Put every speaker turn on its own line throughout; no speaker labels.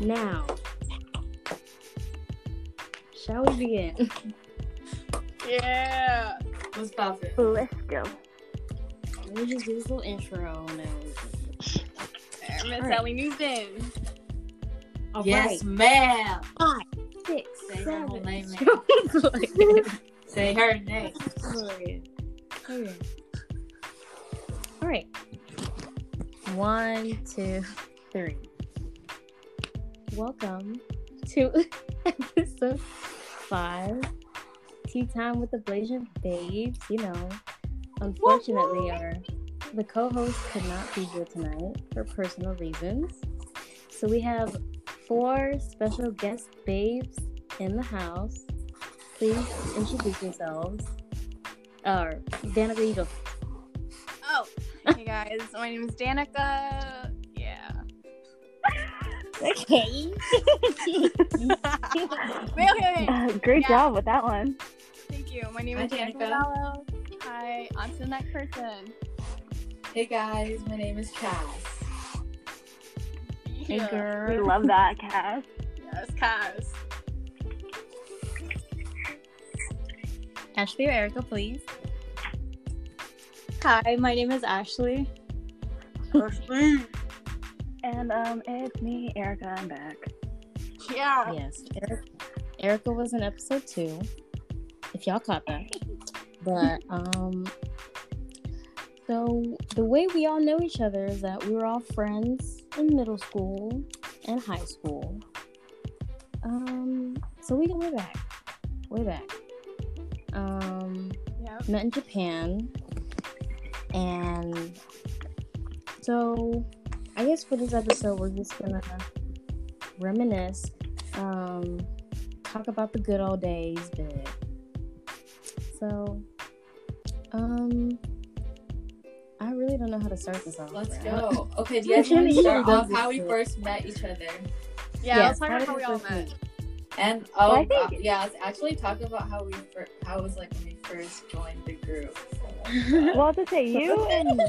Now, shall we begin?
Yeah. Let's pop it.
Let's go.
Let me just do this little intro. And then we can-
Miss
Alright.
Ellie Newton.
All
Yes,
right,
ma'am.
six,
Say her whole
seven.
name. ma'am.
Like that.
Say her name.
Okay. All right. One, two, three. Welcome to episode five, Tea Time with the Blazing Babes. You know, unfortunately, our the co-host could not be here tonight for personal reasons. So we have four special guest babes in the house. Please introduce yourselves. Or Danica, you go.
Oh, hey guys. My name is Danica. Yeah.
Okay.
Wait, okay, wait.
Uh, great
Yeah.
job with that one.
Thank you. My name
Hi,
is Danica.
Danica.
Gonzalo. Hi. On to the next person.
Hey guys, my name is Chaz.
Yeah.
We love that, Cass.
Yes, Kaz.
Ashley or Erica, please.
Hi, my name is Ashley.
And um, it's me, Erica. I'm back.
Yeah.
Yes. Erica, Erica was in episode two. If y'all caught that. But um so the way we all know each other is that we were all friends in middle school and high school. Um so we go way back. Way back. Um
Yep.
met in Japan. And so I guess for this episode, we're just gonna reminisce, um, talk about the good old days, bit. So, um, I really don't know how to start this off.
Let's
right?
go. Okay, do you guys want to start off how we first met each other?
Yeah,
Yes,
let's talk about
how
how we
did
all
this
met.
And oh,
I think-
uh, yeah, let's actually talk about how we fir- how it was like when we first joined the group.
Well, I have to say, you and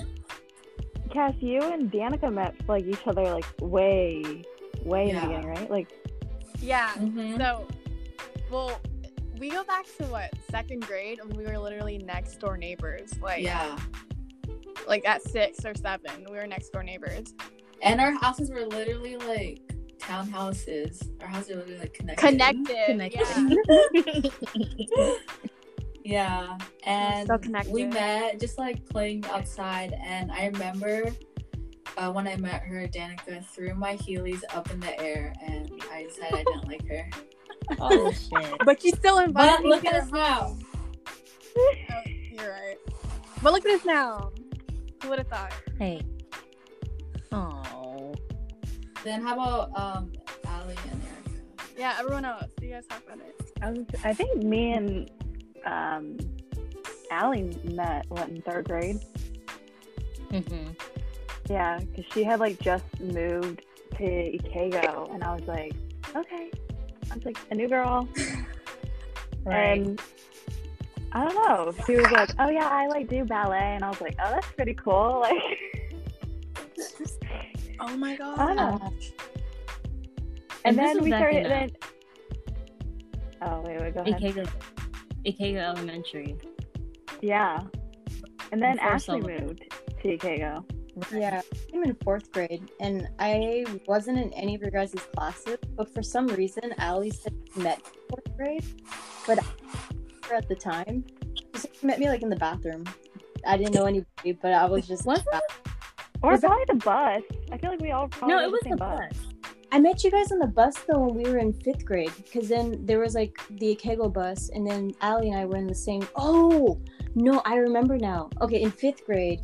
Cass, you and Danica met like each other like way, way in the
Yeah.
beginning, right? Like,
Yeah.
Mhm.
So, well, we go back to what second grade, and we were literally next door neighbors. Like,
Yeah,
like at six or seven, we were next door neighbors.
and our houses were literally like townhouses. Our houses were literally like connected.
Connected.
Connected.
Yeah.
Yeah, and
So connected.
we met just like playing outside, and I remember uh, when I met her, Danica threw my Heelys up in the air, and I decided I didn't like her.
Oh shit!
But you still invited
But
me
look
here.
at us now.
Oh, you're right. But look at us now. Who would have thought?
Hey. Oh.
Then how about um, Allie and Erica?
Yeah, everyone else. You guys talk about it.
I was, I think me and um, Allie met what in third grade.
Mm-hmm.
Yeah, because she had like just moved to Ikego, and I was like, okay, I was like a new girl, and I don't know. She was like, oh yeah, I like do ballet, and I was like, oh that's pretty cool. Like,
Oh my
I don't know. And,
this
then
was
we
back
started.
in, uh,
Then, oh wait, wait, go ahead.
Ikega, Ikega Elementary.
Yeah, and then
Before
Ashley
Sullivan.
moved to Ikego.
Yeah, I'm in fourth grade, and I wasn't in any of your guys' classes, but for some reason, Allie said we met in fourth grade, but I didn't remember at the time, she said she met me like in the bathroom. I didn't know anybody, but I was just. uh,
Was
Or
Was that-
probably the bus. I feel like we all probably
no,
had
it was
the same
the
bus.
bus.
I met you guys on the bus though when we were in fifth grade, because then there was like the Akego bus, and then Allie and I were in the same. Oh no, I remember now. Okay, in fifth grade,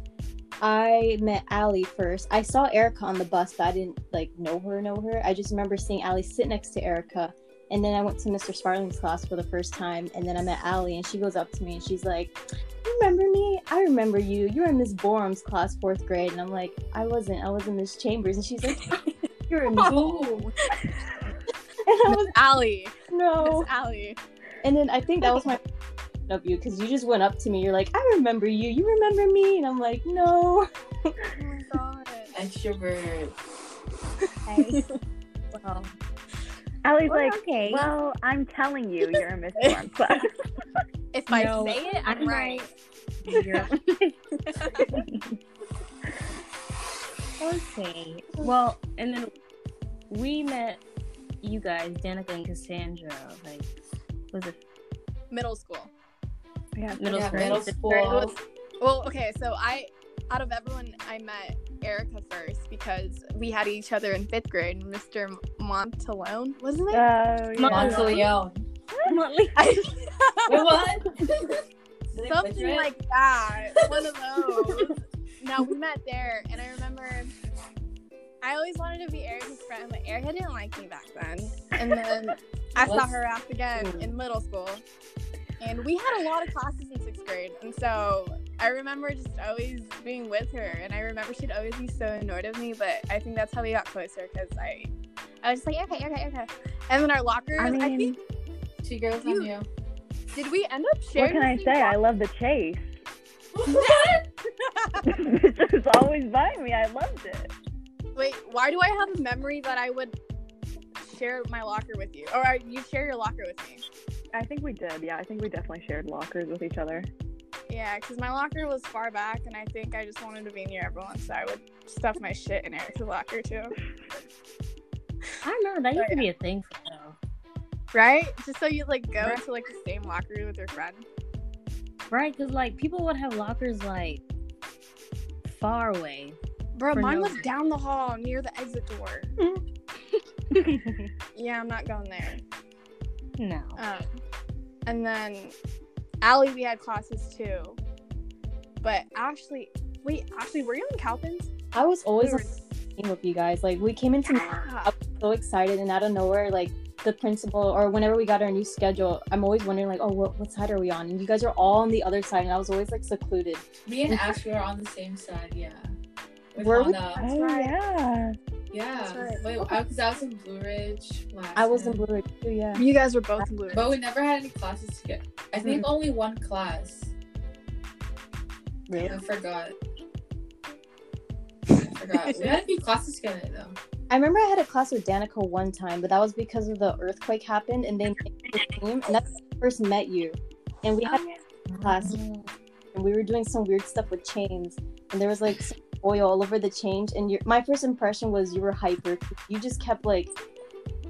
I met Allie first. I saw Erica on the bus, but I didn't like know her, know her. I just remember seeing Allie sit next to Erica, and then I went to Mr. Sparling's class for the first time, and then I met Allie, and she goes up to me and she's like, "You "Remember me? I remember you. You were in Miss Borum's class fourth grade," and I'm like, "I wasn't. I was in Miss Chambers," and she's like. You're in Miss
Oh.
Ooh.
and I was
Allie.
Oh.
no.
It's Allie.
And then I think that was my of you because you just went up to me. You're like, I remember you. You remember me? And I'm like, no.
Oh my god.
Extrovert.
I
Oh,
Oh,
Allie's
We're
like,
okay.
well, I'm telling you, you're a misinformed class.
If I
No,
say it, I'm
I'm
right.
You're- okay. Well, and then we met you guys, Danica and Cassandra. Like, was it
Middle school.
yeah.
middle
yeah,
school?
middle
Fifth
school.
Well, okay, so I, out of everyone, I met Erica first because we had each other in fifth grade. Mr. Montalone, wasn't it?
Oh, yeah.
Mom-
Monteleone.
grade? Motley.
Wait, what? Did they butcher
Something
it?
like that. One of those. now we met there, and I remember I always wanted to be Erica's friend, but Erica didn't like me back then. And then I saw
What's-
her off
Hmm.
again in middle school, and we had a lot of classes in sixth grade. And so I remember just always being with her, and I remember she'd always be so annoyed of me. But I think that's how we got closer because I, I was just like, okay, okay, okay. And then our lockers. I,
I mean,
think
Two girls
You-
on you.
did we end up
what
sharing?
can
the
I
same
say? I love the chase. This is always by me. I loved it.
Wait, why do I have a memory that I would share my locker with you, or I- you share your locker with me?
I think we did. Yeah, I think we definitely shared lockers with each other.
Yeah, because my locker was far back, and I think I just wanted to be near everyone, so I would stuff my shit in Eric's locker too.
I remember that used to be a thing for a while.
Right? Just so you like go into like the same locker with your friend.
Right, because like people would have lockers like far away.
Bro,
For
mine
no
was
reason.
down the hall near the exit door. yeah, I'm not going there.
No,
Um, and then Allie, we had classes too. But Ashley, wait, Ashley, were you in Calpins?
I was always
We were-
on the team with you guys. Like we came into
Yeah.
so excited and out of nowhere, like the principal or whenever we got our new schedule, I'm always wondering like, oh, what, what side are we on? And you guys are all on the other side, and I was always like secluded.
Me and Ashley were on the same side, yeah. With
Were we?
Hannah.
oh
right.
yeah.
Yeah.
That's right.
Wait, because I was in Blue Ridge last
I was in
time.
Blue Ridge too, yeah.
You guys were both blue.
But we never had any classes together. I think only one class.
Really?
I forgot. I forgot. we had a few classes together though.
I remember I had a class with Danica one time, but that was because of the earthquake happened and they named the team, and that's when I first met you. And we had a class,
Mm-hmm.
and we were doing some weird stuff with chains, and there was like some oil all over the change. And your, my first impression was you were hyper. You just kept like,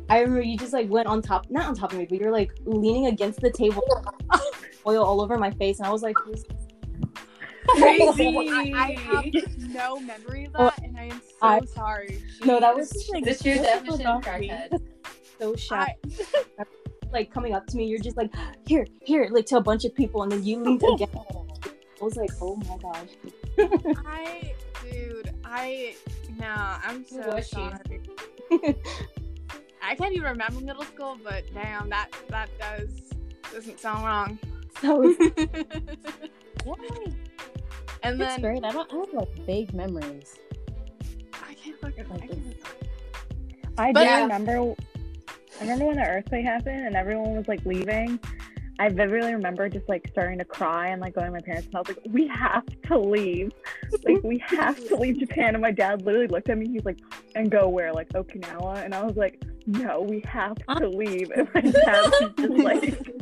I remember you just like went on top, not on top of me, but you were like leaning against the table, oil all over my face, and I was like, who's
Crazy.
I, I have no memory of that, and I am so
I-
sorry.
No, that
Jeez.
was-
like
This year's
this is
definition
about
of
me.
crackhead.
so shocked?
I,
like coming up to me, you're just like, here, here, like to a bunch of people, and then you leaned again. I was like, oh my gosh.
I, dude, I, nah, I'm so
Who was she?
sorry. I can't even remember middle school, but damn, that that does doesn't sound wrong.
So it's
yeah,
And
it's
then
great. I don't I have like vague memories.
I can't fucking. I
Like,
can't,
I
But-
do
Yeah.
remember. I remember when the earthquake happened and everyone was like leaving. I vividly remember just like starting to cry and like going to my parents' and I was like, "We have to leave, like we have to leave Japan." And my dad literally looked at me. He's like, "And go where? Like Okinawa?" And I was like, "No, we have
Ah.
to leave." And my dad was just like,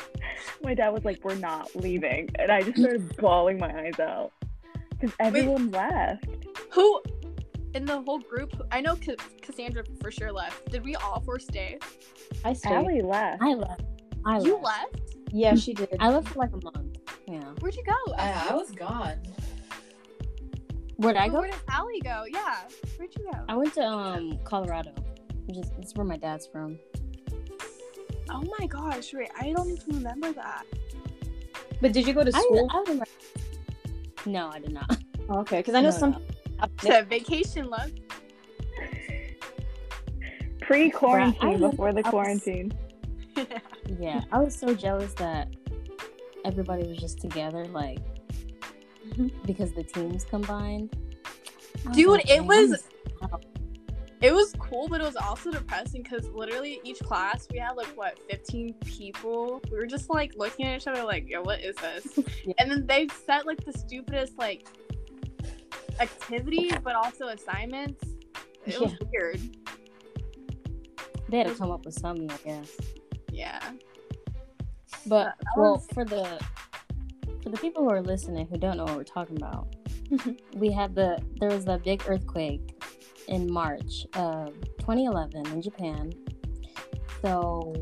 "My dad was like, we're not leaving," and I just started bawling my eyes out because everyone left.
who in the whole group? I know Ca- Cassandra for sure left. Did we all four stay?
I stayed.
Allie left.
I left. I
you
left.
left?
Yeah, she did.
I left for like a month. Yeah.
Where'd you go?
I, I was gone.
Where'd I
But
go?
Where did Allie go? Yeah. Where'd you go?
I went to um Colorado. Which is that's where my dad's from.
Oh my gosh, wait, I don't even remember that.
But did you go to
I,
school?
I remember. No, I did not.
Oh, okay, because I know
No,
some.
The vacation love.
Bruh, I
Pre-quarantine,
remember
before the
I was-
quarantine.
Yeah, I was so jealous that everybody was just together, like because the teams combined. I
Dude,
like,
it
"Dang, I'm
was-
just
It was cool, but it was also depressing because literally each class we had like what 15 people. We were just like looking at each other like, yo, what is this?
Yeah.
And then they set like the stupidest like activities, but also assignments. It was weird.
They had to come up with something, I guess.
Yeah.
But well, for the for the people who are listening who don't know what we're talking about, we had the there was the big earthquake in March of 2011 in Japan. So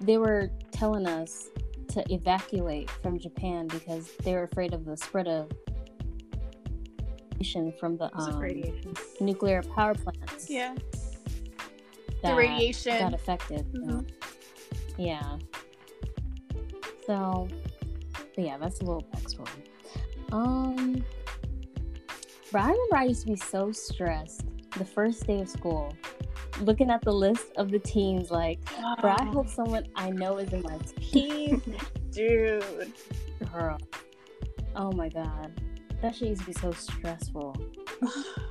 they were telling us to evacuate from Japan because they were afraid of the spread of radiation from the
It's
um,
radiation.
nuclear power plants
Yeah.
that
the radiation.
got affected. you know?
Mm-hmm.
Yeah. So, but yeah, that's a little backstory. Um, but I remember I used to be so stressed the first day of school, looking at the list of the teams, like, bro, I
Uh-huh.
hope someone I know is in my team.
Dude.
Girl. Oh my god. That shit used to be so stressful.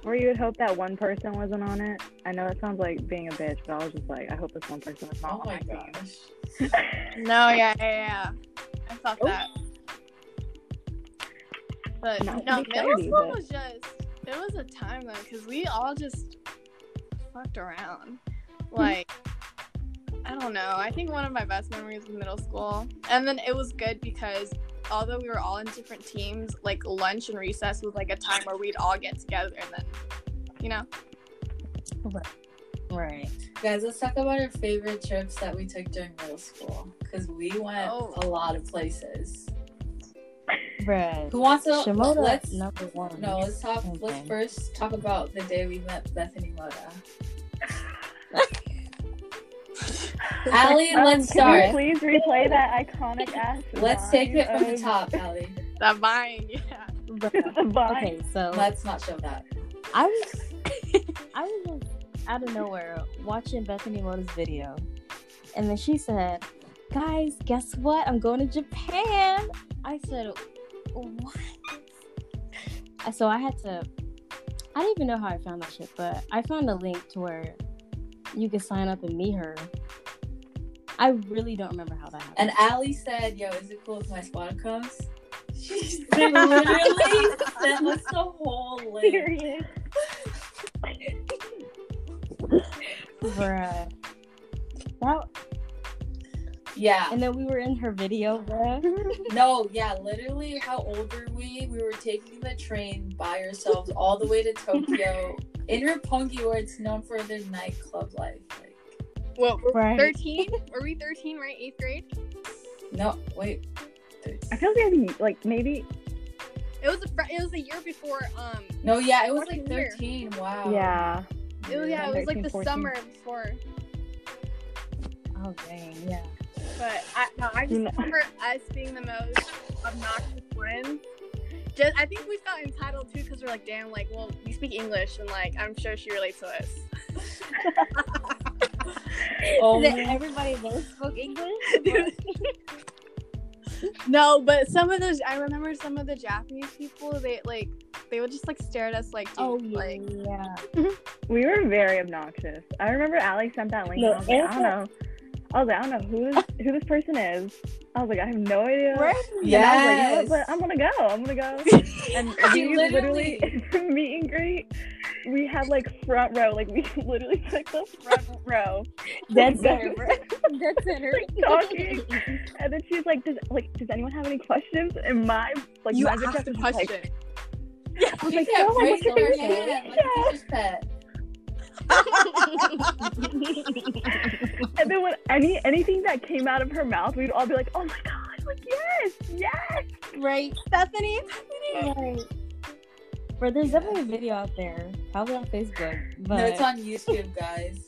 Or you would hope that one person wasn't on it. I know that sounds like being a bitch, but I was just like, I hope this one person is not
Oh
on
my
my team.
gosh.
No, yeah, yeah, yeah. I felt
Oh.
that. But
Not
no,
to be
middle
flirty,
school
but-
was just it was a time though, because we all just fucked around.
Hmm.
Like I don't know. I think one of my best memories was middle school. And then it was good because although we were all in different teams, like lunch and recess was like a time where we'd all get together and then you know?
Right.
Guys, let's talk about our favorite trips that we took during middle school because we went
Oh.
a lot of places.
Right.
Who wants to?
Shimoda,
let's no.
number one.
Let's talk.
Okay.
Let's first talk about the day we met Bethany Moda. Allie,
Um,
let's
can
start.
you please replay that iconic ass.
Let's take it from the
of
top, Allie.
That vine, yeah.
Bruh.
The vine.
Okay, so
Let's not show that.
I was, I was just out of nowhere watching Bethany Moda's video, and then she said, "Guys, guess what? I'm going to Japan." I said, "What?" I- So I had to. I don't even know how I found that shit, but I found a link to where you could sign up and meet her. I really don't remember how that happened.
And Allie said, "Yo, is it cool if my squad comes?" She literally sent us the whole list.
Serious.
Bruh. uh, That-
Yeah.
and then we were in her video, bruh.
No, yeah, literally, how old were we? We were taking the train by ourselves all the way to Tokyo in Roppongi, where it's known for their nightclub life. Like,
Well, we're
Right.
13? Were we 13, right? Eighth grade?
no, wait,
I feel like, it'd be, like maybe.
It was a fr- it was a year before um
no, yeah, it was like
Fucking weird.
thirteen. Wow.
Yeah.
it was, Oh. yeah, it was like the
13, 14.
summer before.
Oh dang, yeah.
But I no, I just
No.
remember us being the most obnoxious ones. Just I think we felt entitled too because we're like, damn, like well we speak English and like I'm sure she relates to us.
Oh,
That everybody there spoke English?
no, but some of those I remember some of the Japanese people they like they would just like stare at us like, dude,
oh
like
yeah.
We were very obnoxious. I remember Alex sent that link.
No,
and I was like, I
Erica-
don't know. I was like, I don't know who this, who this person is. I was like, I have no idea. And I was like, you know
yes.
what, but I'm gonna go. I'm gonna go. And
She
we literally, meet and greet. We had like front row, like we literally took the front row,
Dead
center,
bro. Dead center.
like talking. and then she's like, does like does anyone have any questions? And my like
you
my
asked
bitch ass
a
was just
question.
like, I was
She
like, "Oh
kept
so like, what's
raising
your favorite
her hand
movie?
like a teacher's pet.
And then when any anything that came out of her mouth, we'd all be like, oh my god, like yes, yes.
right.
Bethany,
Right. Bro, there's definitely a video out there, probably on Facebook, but
No, it's on YouTube, guys.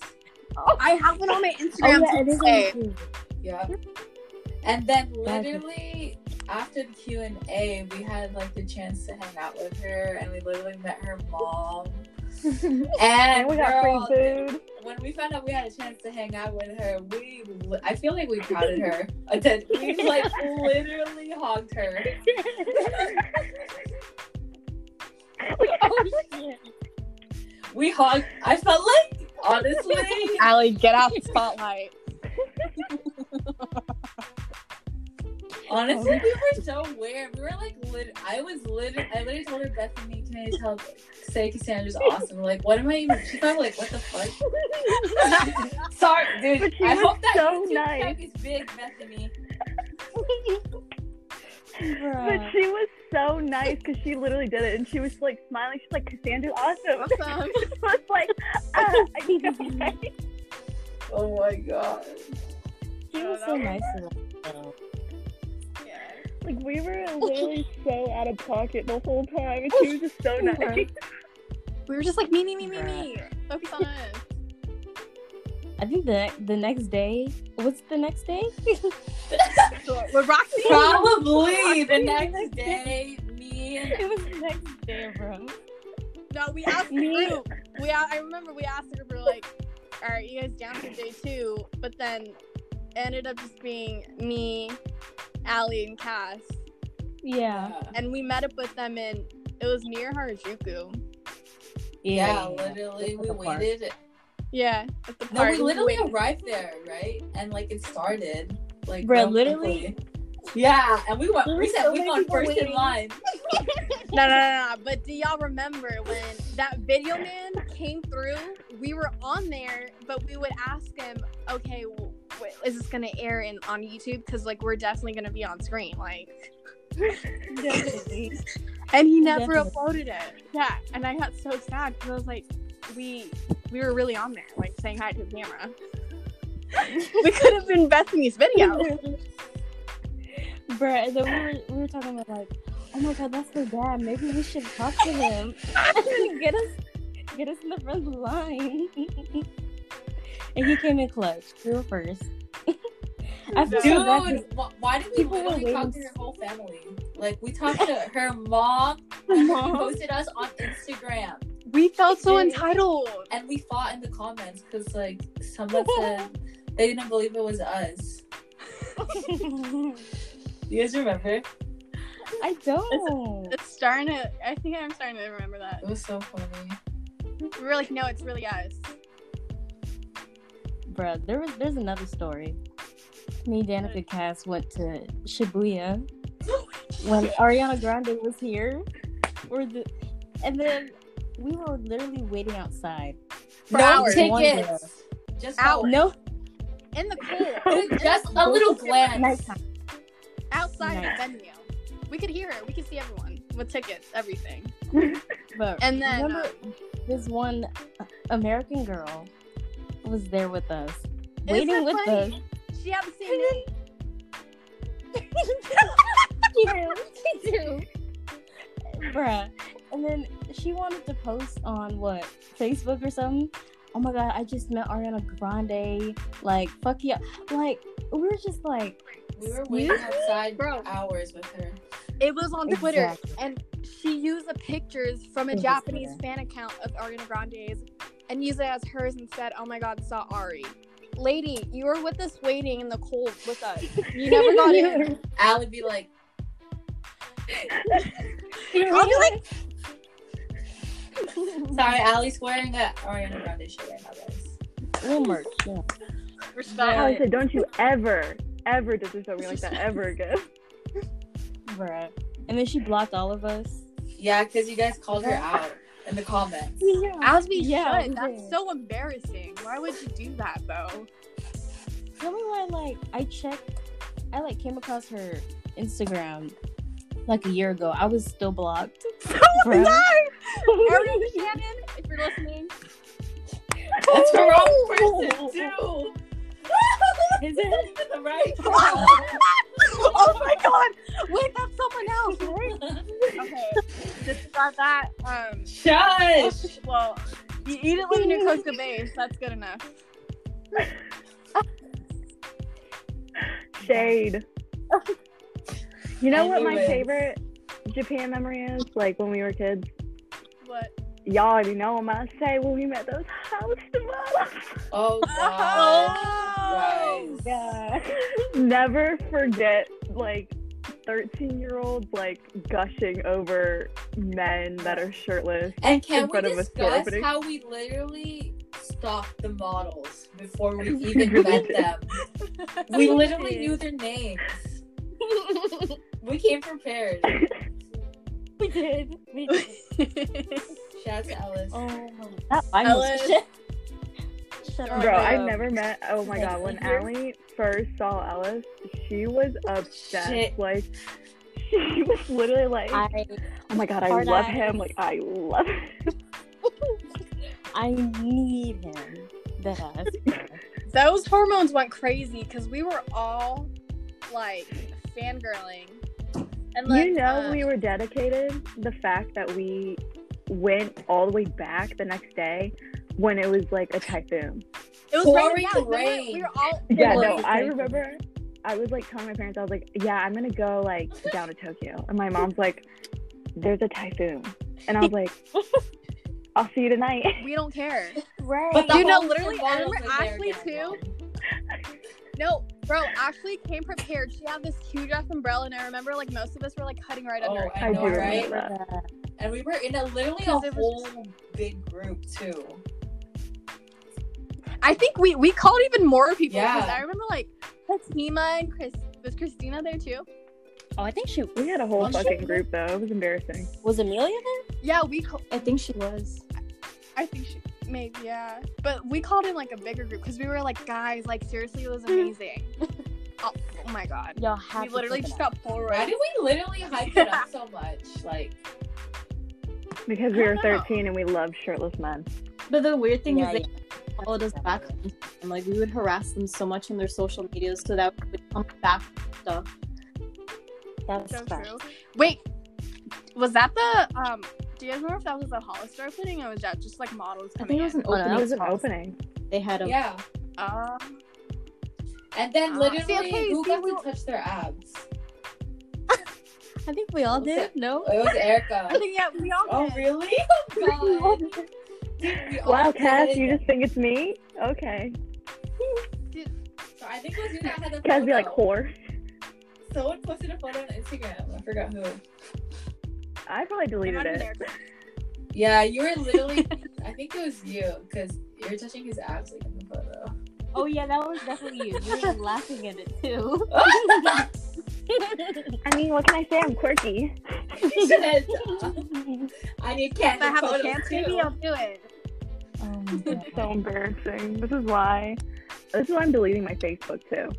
I have one on my
oh,
Instagram
yeah, it is on
today.
YouTube.
Yeah. And then literally after the Q and A, we had like the chance to hang out with her, and we literally met her mom. and
And we got
girl,
free food.
when we found out we had a chance to hang out with her, we li- I feel like we crowded her. And then we like literally hogged her. Oh, We hogged. I felt like honestly,
Allie, get out the spotlight.
honestly, we were so weird. We were like, lit- I was lit. I literally told her Bethany, me tell say Cassandra's awesome. Like, what am I even? She's probably like, what the fuck? Sorry, dude.
But she
I
was
hope that
so
YouTube
nice.
check is big, Bethany.
But she was so nice because she literally did it, and she was like smiling. She's like, "Cassandra's awesome."
Awesome.
She was like, ah, "Are you okay?"
Oh my god.
She was so nice to us.
Yeah.
Like we were literally so out of pocket the whole time, and she was just so nice.
We were just like me, me, me, me, me. Focus on us.
I think the the next day. What's the next day?
With Roxy.
Probably the next day, me and
it was the next day, bro.
No, we asked the
Me-
group. We a- I remember we asked the group. We were like, "All right, you guys down for day two? But then it ended up just being me, Allie, and Cass.
Yeah.
And we met up with them in it was near Harajuku.
Yeah, literally, we waited.
Yeah, at the
No,
park.
we literally
waited.
arrived there, right? And like it started, like
Bro,
real
literally-
quickly. Yeah, and we went.
There
We
were
said
so
we
many
went
people
first in
waiting.
line.
no, no, no, no. But do y'all remember when that video man came through? We were on there, but we would ask him, "Okay, well, wait, is this gonna air in on YouTube? Because like we're definitely gonna be on screen, like." and he never
Definitely.
uploaded it. Yeah, and I got so sad because I was like, we we were really on there, like saying hi to the camera. we could have been Bethany's video.
Bruh, and then we were, we were talking about like, oh my god, that's her dad. Maybe we should talk to him. get us get us in the front line. and he came in clutch. We were first. I feel so bad 'cause
Dude, wh- why did we
People were
literally talk to
waiting.
her whole family? Like we talked to her mom. and She posted us on Instagram,
We felt so
Dude.
entitled.
and we fought in the comments because like someone said they didn't believe it was us. You guys remember? It
I don't.
It's starting to. I think I'm starting to remember that.
was so funny.
We were like, no, it's really us.
Bruh, there was there's another story. Me, Danica Cass went to Shibuya when Ariana Grande was here. Or the and then we were literally waiting outside.
For
no
hours.
tickets. Just
Hours.
No
In the cold,
hours. Just a little glance.
nighttime.
outside
Nice.
the venue. We could hear her. We could see everyone with tickets, everything.
But
And then uh,
remember this one American girl was there with us,
that
waiting with
funny?
us.
um, she had the same name.
Bruh. And then she wanted to post on what Facebook or something. Oh my god, I just met Ariana Grande. Like, fuck yeah. Like, we were just like,
We were waiting outside
Bro.
hours with her.
It was on Twitter,
Exactly.
and she used the pictures from a
It was
Japanese
Twitter.
fan account of Ariana Grande's and used it as hers and said, "Oh my God, saw Ari." Lady, you were with us waiting in the cold with us. You never got in.
Al would be like,
I'll be like,
sorry, Allie's wearing a Ariana Grande shirt right now, guys.
we'll merch. Yeah.
I said, "Don't you ever, ever disrespect me like that ever again."
Bruh. And then she blocked all of us.
Yeah, because you guys called her out in the comments.
As we
Yeah,
should.
we
That's
did.
so embarrassing. Why would you do that though?
Tell me why, like, I checked, I like came across her Instagram like a year ago. I was still blocked. Bruh.
Ariel Shannon, if you're listening,
That's the wrong person, too.
Is it?
the right girl.
oh my god! Wait, that's someone else, right? Okay, just about that. Um,
Shush.
well, you, you didn't live in your Costa Bay, so that's good enough.
Shade. You know what my
Anyways.
favorite Japan memory is? Like when we were kids.
What?
Y'all already know what I say when we met those house developers.
Oh, God. Guys.
Never forget, like, 13 year olds, like, gushing over men that are shirtless.
And can
In
we
front of a store
discuss
opening.
how we literally stalked the models before we even met them? We literally knew their names. We came prepared.
we did. We did.
Shout out to Ellis.
Oh,
Not my
Ellen.
mistake.
shut
Bro,
up.
Oh
Bro,
my
I
God.
never met. Oh my god, when Allie first saw Ellis, she was obsessed.
Shit.
Like, she was literally like,
I
"Oh my god, I
hard
love
eyes.
him! Like, I love him."
I need him. That ass.
Those hormones went crazy because we were all like fangirling. And like,
you know,
uh,
we were dedicated. The fact that we went all the way back the next day when it was like a typhoon.
it was
pouring
raining. down, remember?
rain.
We were all
Yeah,
was
no,
a
I
typhoon.
remember. I was like telling my parents, I was like, "Yeah, I'm gonna go like down to Tokyo," and my mom's like, "There's a typhoon," and I was like, "I'll see you tonight."
we don't care.
Right.
But the
You know,
whole
literally, I
world
remember
was there
Ashley
getting
too.
one.
No, bro, Ashley came prepared. She had this huge ass umbrella, and I remember like most of us were like cutting right under
Oh,
it.
I
I do
know,
remember
right?
that.
And we were in a literally
Because
a
it was
whole big group too.
I think we we called even more people.
Yeah.
because I remember like Fatima and Chris. Was Christina there too?
Oh, I think she
We had a whole
Well, she-
fucking group though. It was embarrassing.
was Amelia there.
Yeah, we. Call-
I think she was.
I think she maybe yeah, but we called in like a bigger group because we were like, guys, like seriously, it was amazing. oh, oh my god,
Y'all have
we
Mm-hmm. to
literally
check it
just
out.
got
Why
Polaroid.
did we literally hype it up so much? Like,
Because
I
we were
don't know.
13 and we loved shirtless men.
But the weird thing
Yeah,
is, they followed us
yeah. Oh,
back. And like we would harass them so much on their social medias, so that we would come back with stuff.
That's
So
facts.
true. Wait, was that the um? Do you guys remember if that was the Hollister opening or was that just like models
I
coming
think it was an
in?
Oh, no,
opening.
that
it was an
house.
opening.
They had a
yeah.
Uh,
And then
Ah,
literally,
see, okay,
who
see,
got
we
to
were-
touch their abs?
I think we all
Okay.
did. No.
It was Erica.
I think yeah, we all.
oh
did.
really? Oh god. Dude, we all
Wow,
did
Cass,
Oh, it.
you just think it's me? Okay.
So I think it was you that had the
Cass be like,
photo.
whore.
Someone posted a photo on Instagram. I forgot who.
I probably
It might
deleted
have been
it.
Erica.
Yeah, you were literally. I think it was you because you're touching his abs like in the photo.
Oh yeah, that was definitely you. You were laughing at it too.
I mean, what can I say? I'm quirky.
Shit. I need
If I
Cass's
have a
photo
chance, maybe
too.
I'll do it.
So embarrassing. This is why. This is why I'm deleting my Facebook too.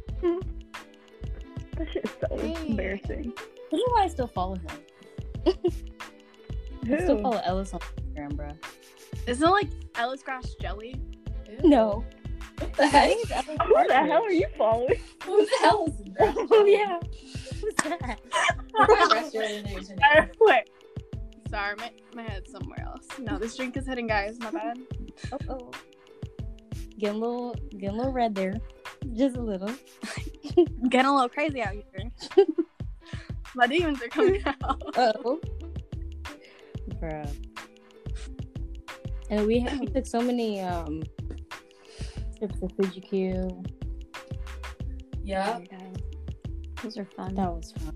That shit is so
Dang.
embarrassing.
I wonder why I still follow him. I still
Who?
follow Ellis on Instagram, bro.
Isn't it like Ellis Grass Jelly?
Ew.
No.
What the heck?
Who the hell are you following?
Who the hell is that?
Who's that?
What restaurant in there tonight?
Wait. Sorry, my, my head's somewhere else. No, this drink is hitting, guys. My bad.
Oh, oh. Getting a little, getting a little red there. Just a little.
Getting a little crazy out here. my demons are coming out.
oh. Bro. And we, had, we took so many um trips to Fuji Q.
Yeah.
Those are fun.
That was fun.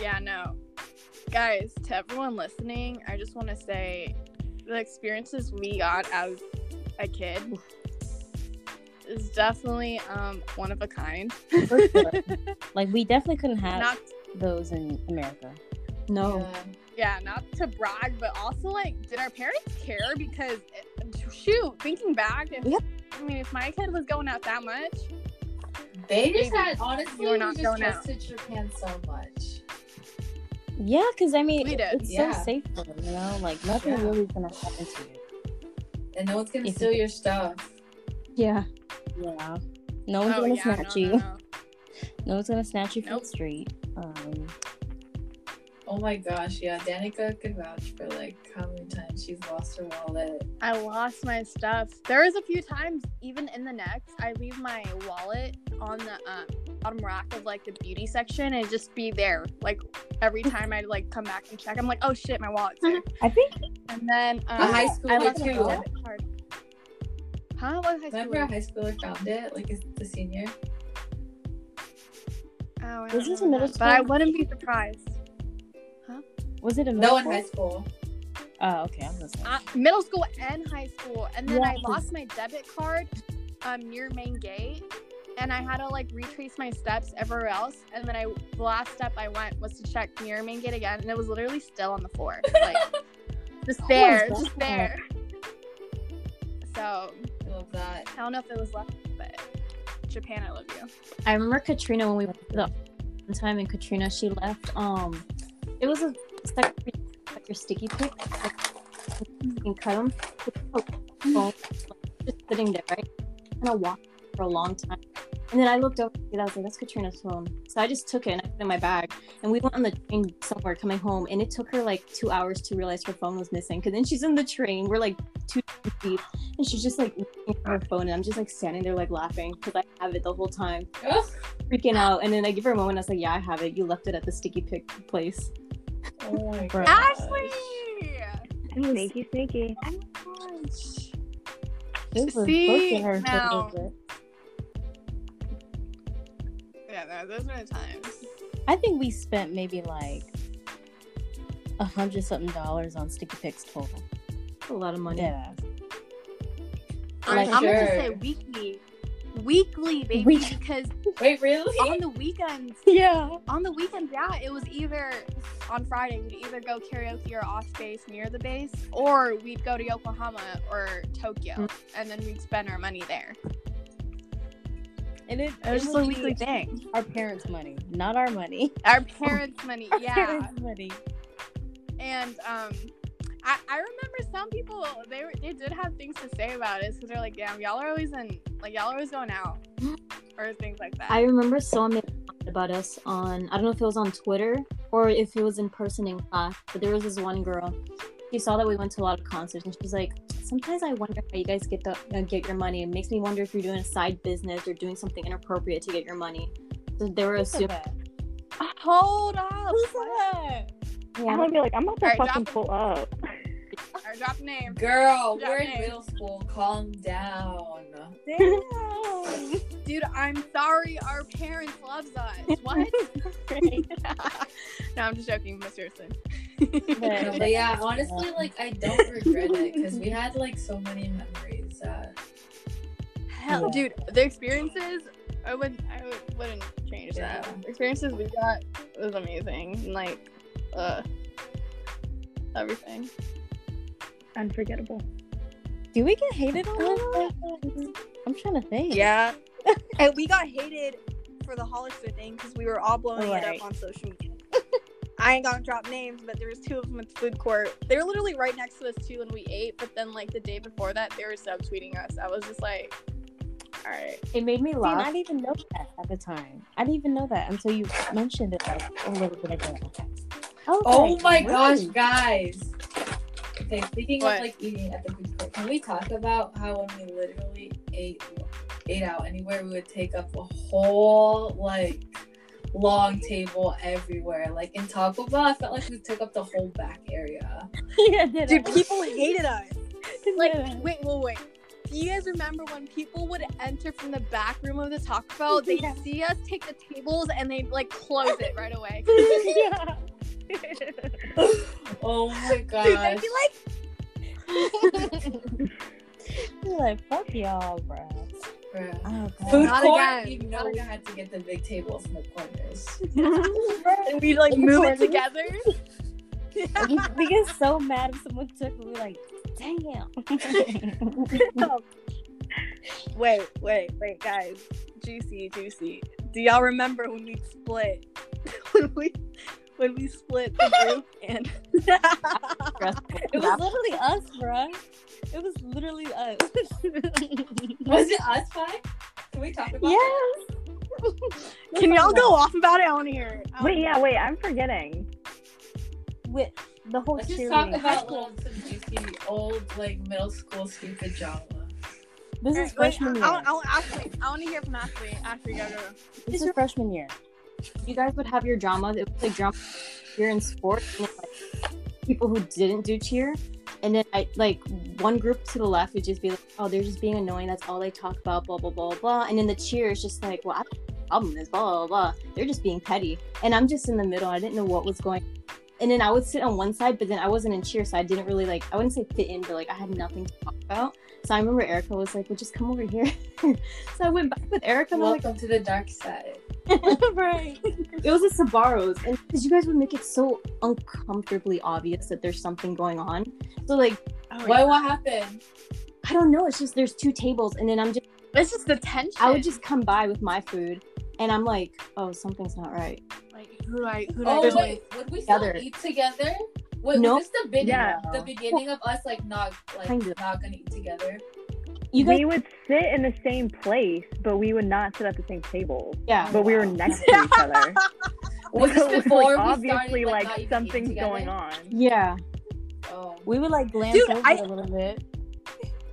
Yeah, no. Guys, to everyone listening, I just want to say the experiences we got as a kid is definitely um, one of a kind.
For sure. like we definitely couldn't have
Not
those in America.
No,
Yeah.
yeah, not to brag, but also like, did our parents care? Because shoot, thinking back, if,
Yeah.
I mean, if my kid was going out that much,
They just
Maybe.
had honestly.
You were
we
not
just
going out.
trusted Japan so much.
Yeah, because I mean,
We did,
it's
yeah.
so safe for them, you know. Like nothing
Yeah.
really gonna happen to you.
And no one's gonna
If-
steal your stuff.
yeah.
Yeah, no one's
oh,
gonna
yeah,
snatch
no,
you.
no,
No,
no.
one's gonna snatch you from
Nope.
the street. Um,
Oh my gosh, yeah. Danica could vouch for like how many times she's lost her wallet.
I lost my stuff. There was a few times, even in the next, I leave my wallet on the um, bottom rack of like the beauty section, and it'd just be there. Like every time I like come back and check, I'm like, oh shit, my wallet's there.
I think
and then um,
A high schooler
I lost my
too.
debit card. Huh? What high
Remember a
school?
high schooler found it? Like is the senior?
Oh, I
Was
don't
this in
know
middle
that, But I
school?
wouldn't be surprised.
was it a middle
No in
school?
high school.
Oh, okay. I'm listening.
uh, middle school and high school, and then
Yes.
I lost my debit card um, near main gate, and I had to like retrace my steps everywhere else. And then I the last step I went was to check near main gate again, and it was literally still on the floor, like just there,
is
just
that?
there. So
I love that.
I don't know if it was lucky, but Japan, I love you.
I remember Katrina when we went to the one time in Katrina, she left. Um, it was a stuck like your sticky pick. Like, you can cut them. just sitting there, right? And I walked for a long time, and then I looked over and I was like, "That's Katrina's phone." So I just took it and I put it in my bag, and we went on the train somewhere coming home, and it took her like two hours to realize her phone was missing. Because then she's in the train, we're like two deep, and she's just like looking at her phone, and I'm just like standing there like laughing because I have it the whole time
Oh,
freaking out. And then I give her a moment. I was like, "Yeah, I have it. You left it at the sticky pick place."
Oh my
Bro.
gosh.
Ashley.
Sneaky, sneaky.
This was
See,
looking her
now-
good, good.
Yeah, no, those were the times.
I think we spent maybe like a hundred something dollars on sticky picks total.
A lot of money.
Yeah.
I'm,
Like-
I'm gonna just say
Sure.
weekly, weekly, baby,
Week-
because
Wait, really?
on the weekends,
Yeah.
on the weekends, yeah, it was either on Friday we'd either go karaoke or off base near the base, or we'd go to Yokohama or Tokyo,
Mm.
and then we'd spend our money there.
And it,
It was just a
would
weekly
be
thing.
Our parents' money, not our money.
Our parents' money,
Our
yeah.
parents' money.
And um, I, I remember some people they were, they did have things to say about it because they're like, damn, y'all are always in, like y'all are always going out, or things like that.
I remember someone made a comment about us on I don't know if it was on Twitter or if it was in person in class, but there was this one girl. She saw that we went to a lot of concerts, and she's like, "Sometimes I wonder how you guys get the uh, get your money. It makes me wonder if you're doing a side business or doing something inappropriate to get your money." So they were
Look at
assuming.
that.
Hold up.
I'm
Yeah.
gonna be like, I'm about to
Alright,
fucking
drop-
pull up.
Or drop a name.
Girl,
Yeah,
we're in
hey.
middle school. Calm down.
Damn.
Dude, I'm sorry. Our parents loves us. What? no, I'm just joking, but seriously.
No, but yeah, honestly, like I don't regret it because we had like so many memories. That...
Hell,
Yeah.
dude, the experiences I would I would, wouldn't change that.
Yeah.
The experiences we got was amazing. And like, uh, everything.
Unforgettable.
Do we get hated on? that? I'm trying to think.
Yeah, and we got hated for the Hollister thing because we were all blowing
Right.
it up on social media. I ain't gonna drop names, but there was two of them at the food court. They were literally right next to us too when we ate. But then like the day before that, they were subtweeting us. I was just like, all right.
It made me
See, and I
laugh.
didn't even know that at the time. I didn't even know that until you mentioned it like, a little bit ago. I was
Oh
like,
my
"Whoa."
gosh, guys. Okay, speaking
What?
of like eating at the food court, can we talk about how when we literally ate ate out anywhere, we would take up a whole like long table everywhere. Like in Taco Bell, I felt like we took up the whole back area.
yeah, did
Dude,
I?
people hated us. Like,
Yeah.
wait, wait, wait. Do you guys remember when people would enter from the back room of the Taco Bell? They'd
Yeah.
see us take the tables and they'd like close it right away.
yeah.
Oh my gosh.
Dude, they'd be like,
You're like, fuck y'all, bro.
Bruh.
Oh, God.
Food
Not
court,
again.
you know you had to get the big tables in the corners.
and we'd like
Of
move
course.
it together.
we, we get so mad if someone took it. We're like, dang it.
wait, wait, wait, guys. Juicy, juicy. Do y'all remember when we split? when we when we split the group and
it was literally us, bro. It was literally us.
Was it us five? Can we talk about that?
Can y'all go off about it on here?
Wait, yeah, wait, I'm forgetting.
With the whole
Let's just talk
cheerleading.
about little, some juicy old like middle school stupid drama.
This is freshman year.
I, I, Ashley, I want to hear from Ashley. Ashley, go, go, go.
This is freshman year.
you guys would have your drama. It was like drama here in sports, and it's like people who didn't do cheer. And then I like one group to the left would just be like, oh, they're just being annoying. That's all they talk about, blah blah blah blah. And then the cheer is just like, well, I don't know what the problem is blah blah blah. They're just being petty, and I'm just in the middle. I didn't know what was going. on. and then I would sit on one side, but then I wasn't in cheer, so I didn't really like I wouldn't say fit in, but like I had nothing to talk about. So I remember Erica was like, "Well, just come over here." so I went back with Erica, and I'm like,
Welcome to the dark side.
right. It was at Sabaros, and because you guys would make it so uncomfortably obvious that there's something going on. So like
Oh,
Why? What happened?
I don't know, it's just there's two tables, and then I'm just
It's just the tension.
I would just come by with my food, and I'm like, oh, something's not right.
like who do I who do
Oh
I
wait,
just like
would we still
Together.
eat together? Wait,
No.
was this the beginning?
Yeah.
The beginning of us like not like
Kind of.
not gonna eat together.
You guys,
we would sit in the same place, but we would not sit at the same table.
yeah,
But we were next to each other.
Was
So
this
it was,
before
like,
we
obviously
started, like,
like,
not even eating
something's
together?
going on.
yeah.
Oh.
We would like glance
Dude,
over
I-
it a little bit.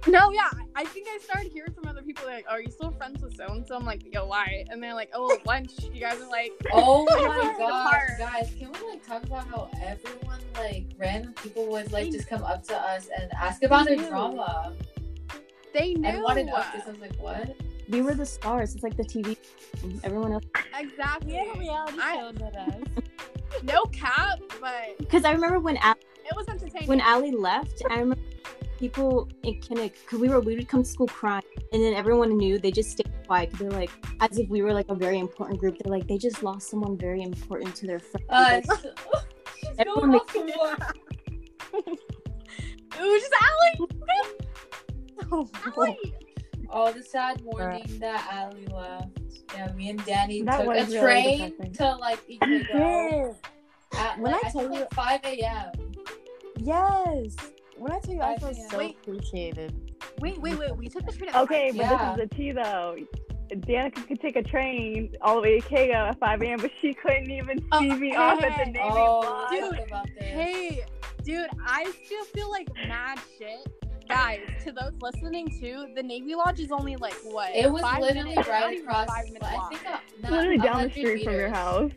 No, yeah. I think I started hearing from other people like, oh, "Are you still friends with so and so?" I'm like, "Yo, why?" And they're like, "Oh, at lunch." You guys are like,
Oh
We're
my
in the
gosh,
park.
guys! Can we like talk about how everyone, like random people, would like just come up to us and ask about their
knew.
drama
"They knew."
and wanted updates? I was like, what?
We were the stars. It's like the TV. Everyone else,
Exactly.
reality
I-
show with us.
No cap, but
because I remember when Al-
it was entertaining.
when Allie left, I remember people in Kinnick, because we were we would come to school crying, and then everyone knew they just stayed quiet. 'cause they're like, as if we were like a very important group. They're like, they just lost someone very important to their friend.
Us.
Like,
She's
Everyone
going off the wall.
it was just Allie. Allie.
Oh, the sad morning that Ali left. Yeah, me and Danny
That
took
was
a
really
train
depressing.
to like Ichigo
Yes.
at
When I
like, I
tell
think,
you-
like 5 a.m.
Yes. When I tell you, I feel
Five p.m.
so
Wait.
appreciated.
Wait, wait, wait. We took the train. at
Okay, but
Yeah.
this is the tea though. Danica could take a train all the way to Kago at 5 a.m., but she couldn't even
Oh,
see me off at the
hey.
Navy
Oh,
Lodge.
we
Dude,
talked about this.
Hey, dude, I still feel like mad shit. Guys, to those listening too, the Navy Lodge is only like what?
it was
five
literally
minutes- not
right
even
across.
five
I
minutes walk.
think uh, not
Literally down the
100
street from your
meters.
house.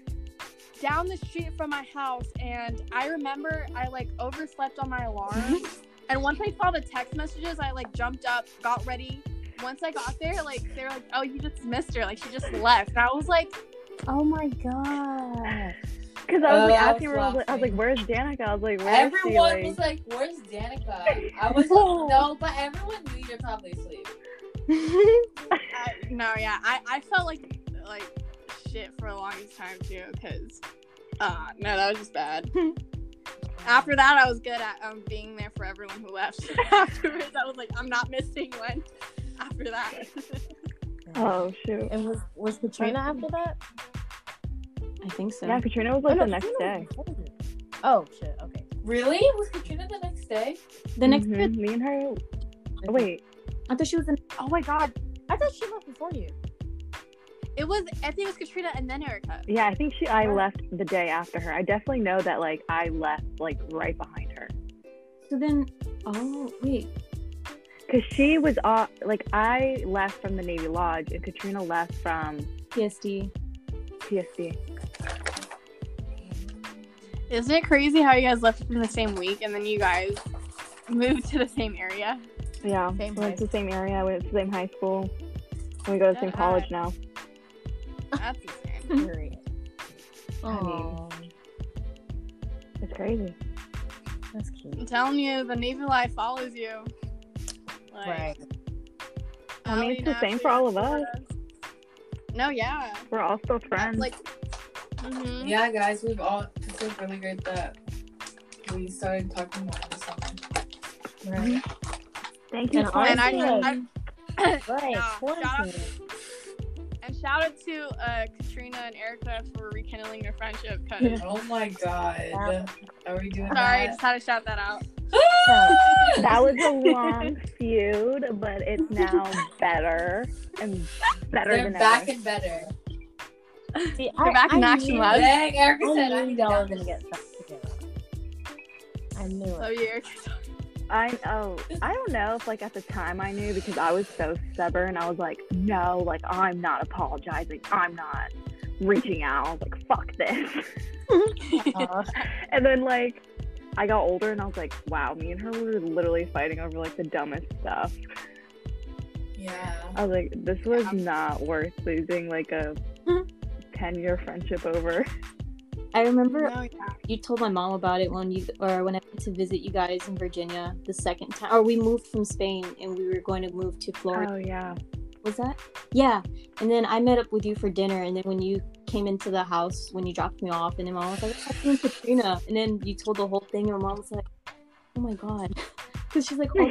down the street from my house and I remember I like overslept on my alarm. and once I saw the text messages, I like jumped up, got ready. Once I got there, like they were like, Oh, you just missed her, like she just left. And I was like,
Oh my god.
Because I was
Oh,
like,
I was
asking her, I was like, I was like, where's Danica? I was like, where is she?
Everyone
Like,
was like, "Where's Danica?" I was like, "No," but everyone knew you're probably asleep.
I, no, yeah, I, I felt like like shit for the longest time too, because uh no, that was just bad. After that I was good at um being there for everyone who left. Afterwards I was like, I'm not missing one after that.
oh, shoot.
And was was Katrina after that?
I think so.
Yeah, Katrina was like
Oh,
the
no,
next
Katrina
day.
was before that. Oh shit. Okay.
Really? Was Katrina the next day?
The next
Mhm,
year,
Me and her. Wait.
I thought she was in.
Oh my god. I thought she left before you.
It was I think it was Katrina and then Erica.
Yeah, I think she. I left the day after her. I definitely know that. Like, I left like right behind her
So then, oh wait,
because she was off. Like, I left from the Navy Lodge, and Katrina left from
PSD.
TSC.
Isn't it crazy how you guys left in the same week and then you guys moved to the same area?
Yeah,
Same
we went to
high
the same area. I went to the same high school. And we go to the same
Uh-uh.
college now.
That's insane.
Period.
I mean-
Oh,
It's crazy.
that's
I'm
cute.
telling you, the Navy life follows you. Like,
Right.
I
Oh,
mean, it's the
Allie
same for all of
knows
us.
No, yeah.
We're all still friends.
Like, mhm.
Yeah, guys, we've all. This is really great that we started talking more this summer. Right.
Thank you.
and
so
I-
and
much.
I,
Honestly.
I-
Right.
Nah, shout out,
quarantine.
and shout out to uh, Katrina and Erica for rekindling their friendship. Cause
Oh my god. Are we doing that?
sorry, just had to shout that out.
that was a long feud, but it's now better and better
They're
than
back
ever.
and better.
See,
You're back in action,
knew-
love.
I
Dang, Erica said
knew
I'm
y'all were
down.
gonna get stuck together. I knew
Love
it.
you, Erica.
I oh, I don't know if like at the time I knew because I was so stubborn. I was like, no, like I'm not apologizing. I'm not reaching out. I was Like fuck this.
Uh,
And then like I got older and I was like, wow, me and her were literally fighting over like the dumbest stuff.
Yeah.
I was like, this was
Yeah.
Hmm. not worth losing like a ten year friendship over.
I remember
No, yeah.
you told my mom about it when you or when I went to visit you guys in Virginia the second time. Or we moved from Spain and we were going to move to Florida.
Oh yeah.
Was that? Yeah. And then I met up with you for dinner. And then when you came into the house, when you dropped me off, and then mom was like, "What's happening, Katrina?" And then you told the whole thing, and mom was like, "Oh my god," because she's like, "Oh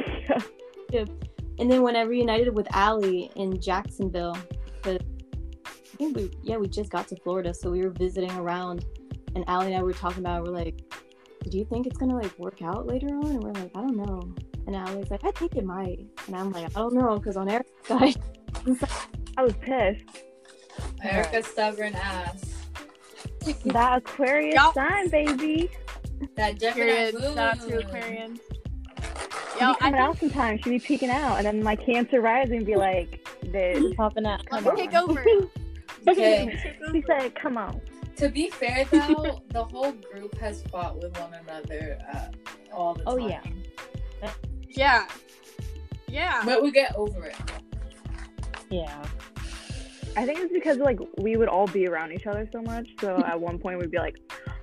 And then when I reunited with Allie in Jacksonville, but I think we yeah we just got to Florida, so we were visiting around, and Allie and I were talking about we're like, do you think it's gonna like work out later on? And we're like, I don't know. And Allie's like, I think it might. And I'm like, I don't know, because on Eric's side,
I was pissed.
Erica's stubborn ass.
That Aquarius
Yup.
sign, baby.
That Gemini
Period.
moon.
Shout out to Aquarians. Yo,
She be
I
coming out sometime. She be peeking out, and then my Cancer rising be like, "This."
popping up.
let
Come
me take
on.
over.
Okay.
Take
She
over.
said, "Come on."
To be fair though, the whole group has fought with one another uh, all the time.
Oh, yeah.
Yeah. Yeah.
But we get over it.
Yeah.
I think it's because like we would all be around each other so much. So at one point we'd be like,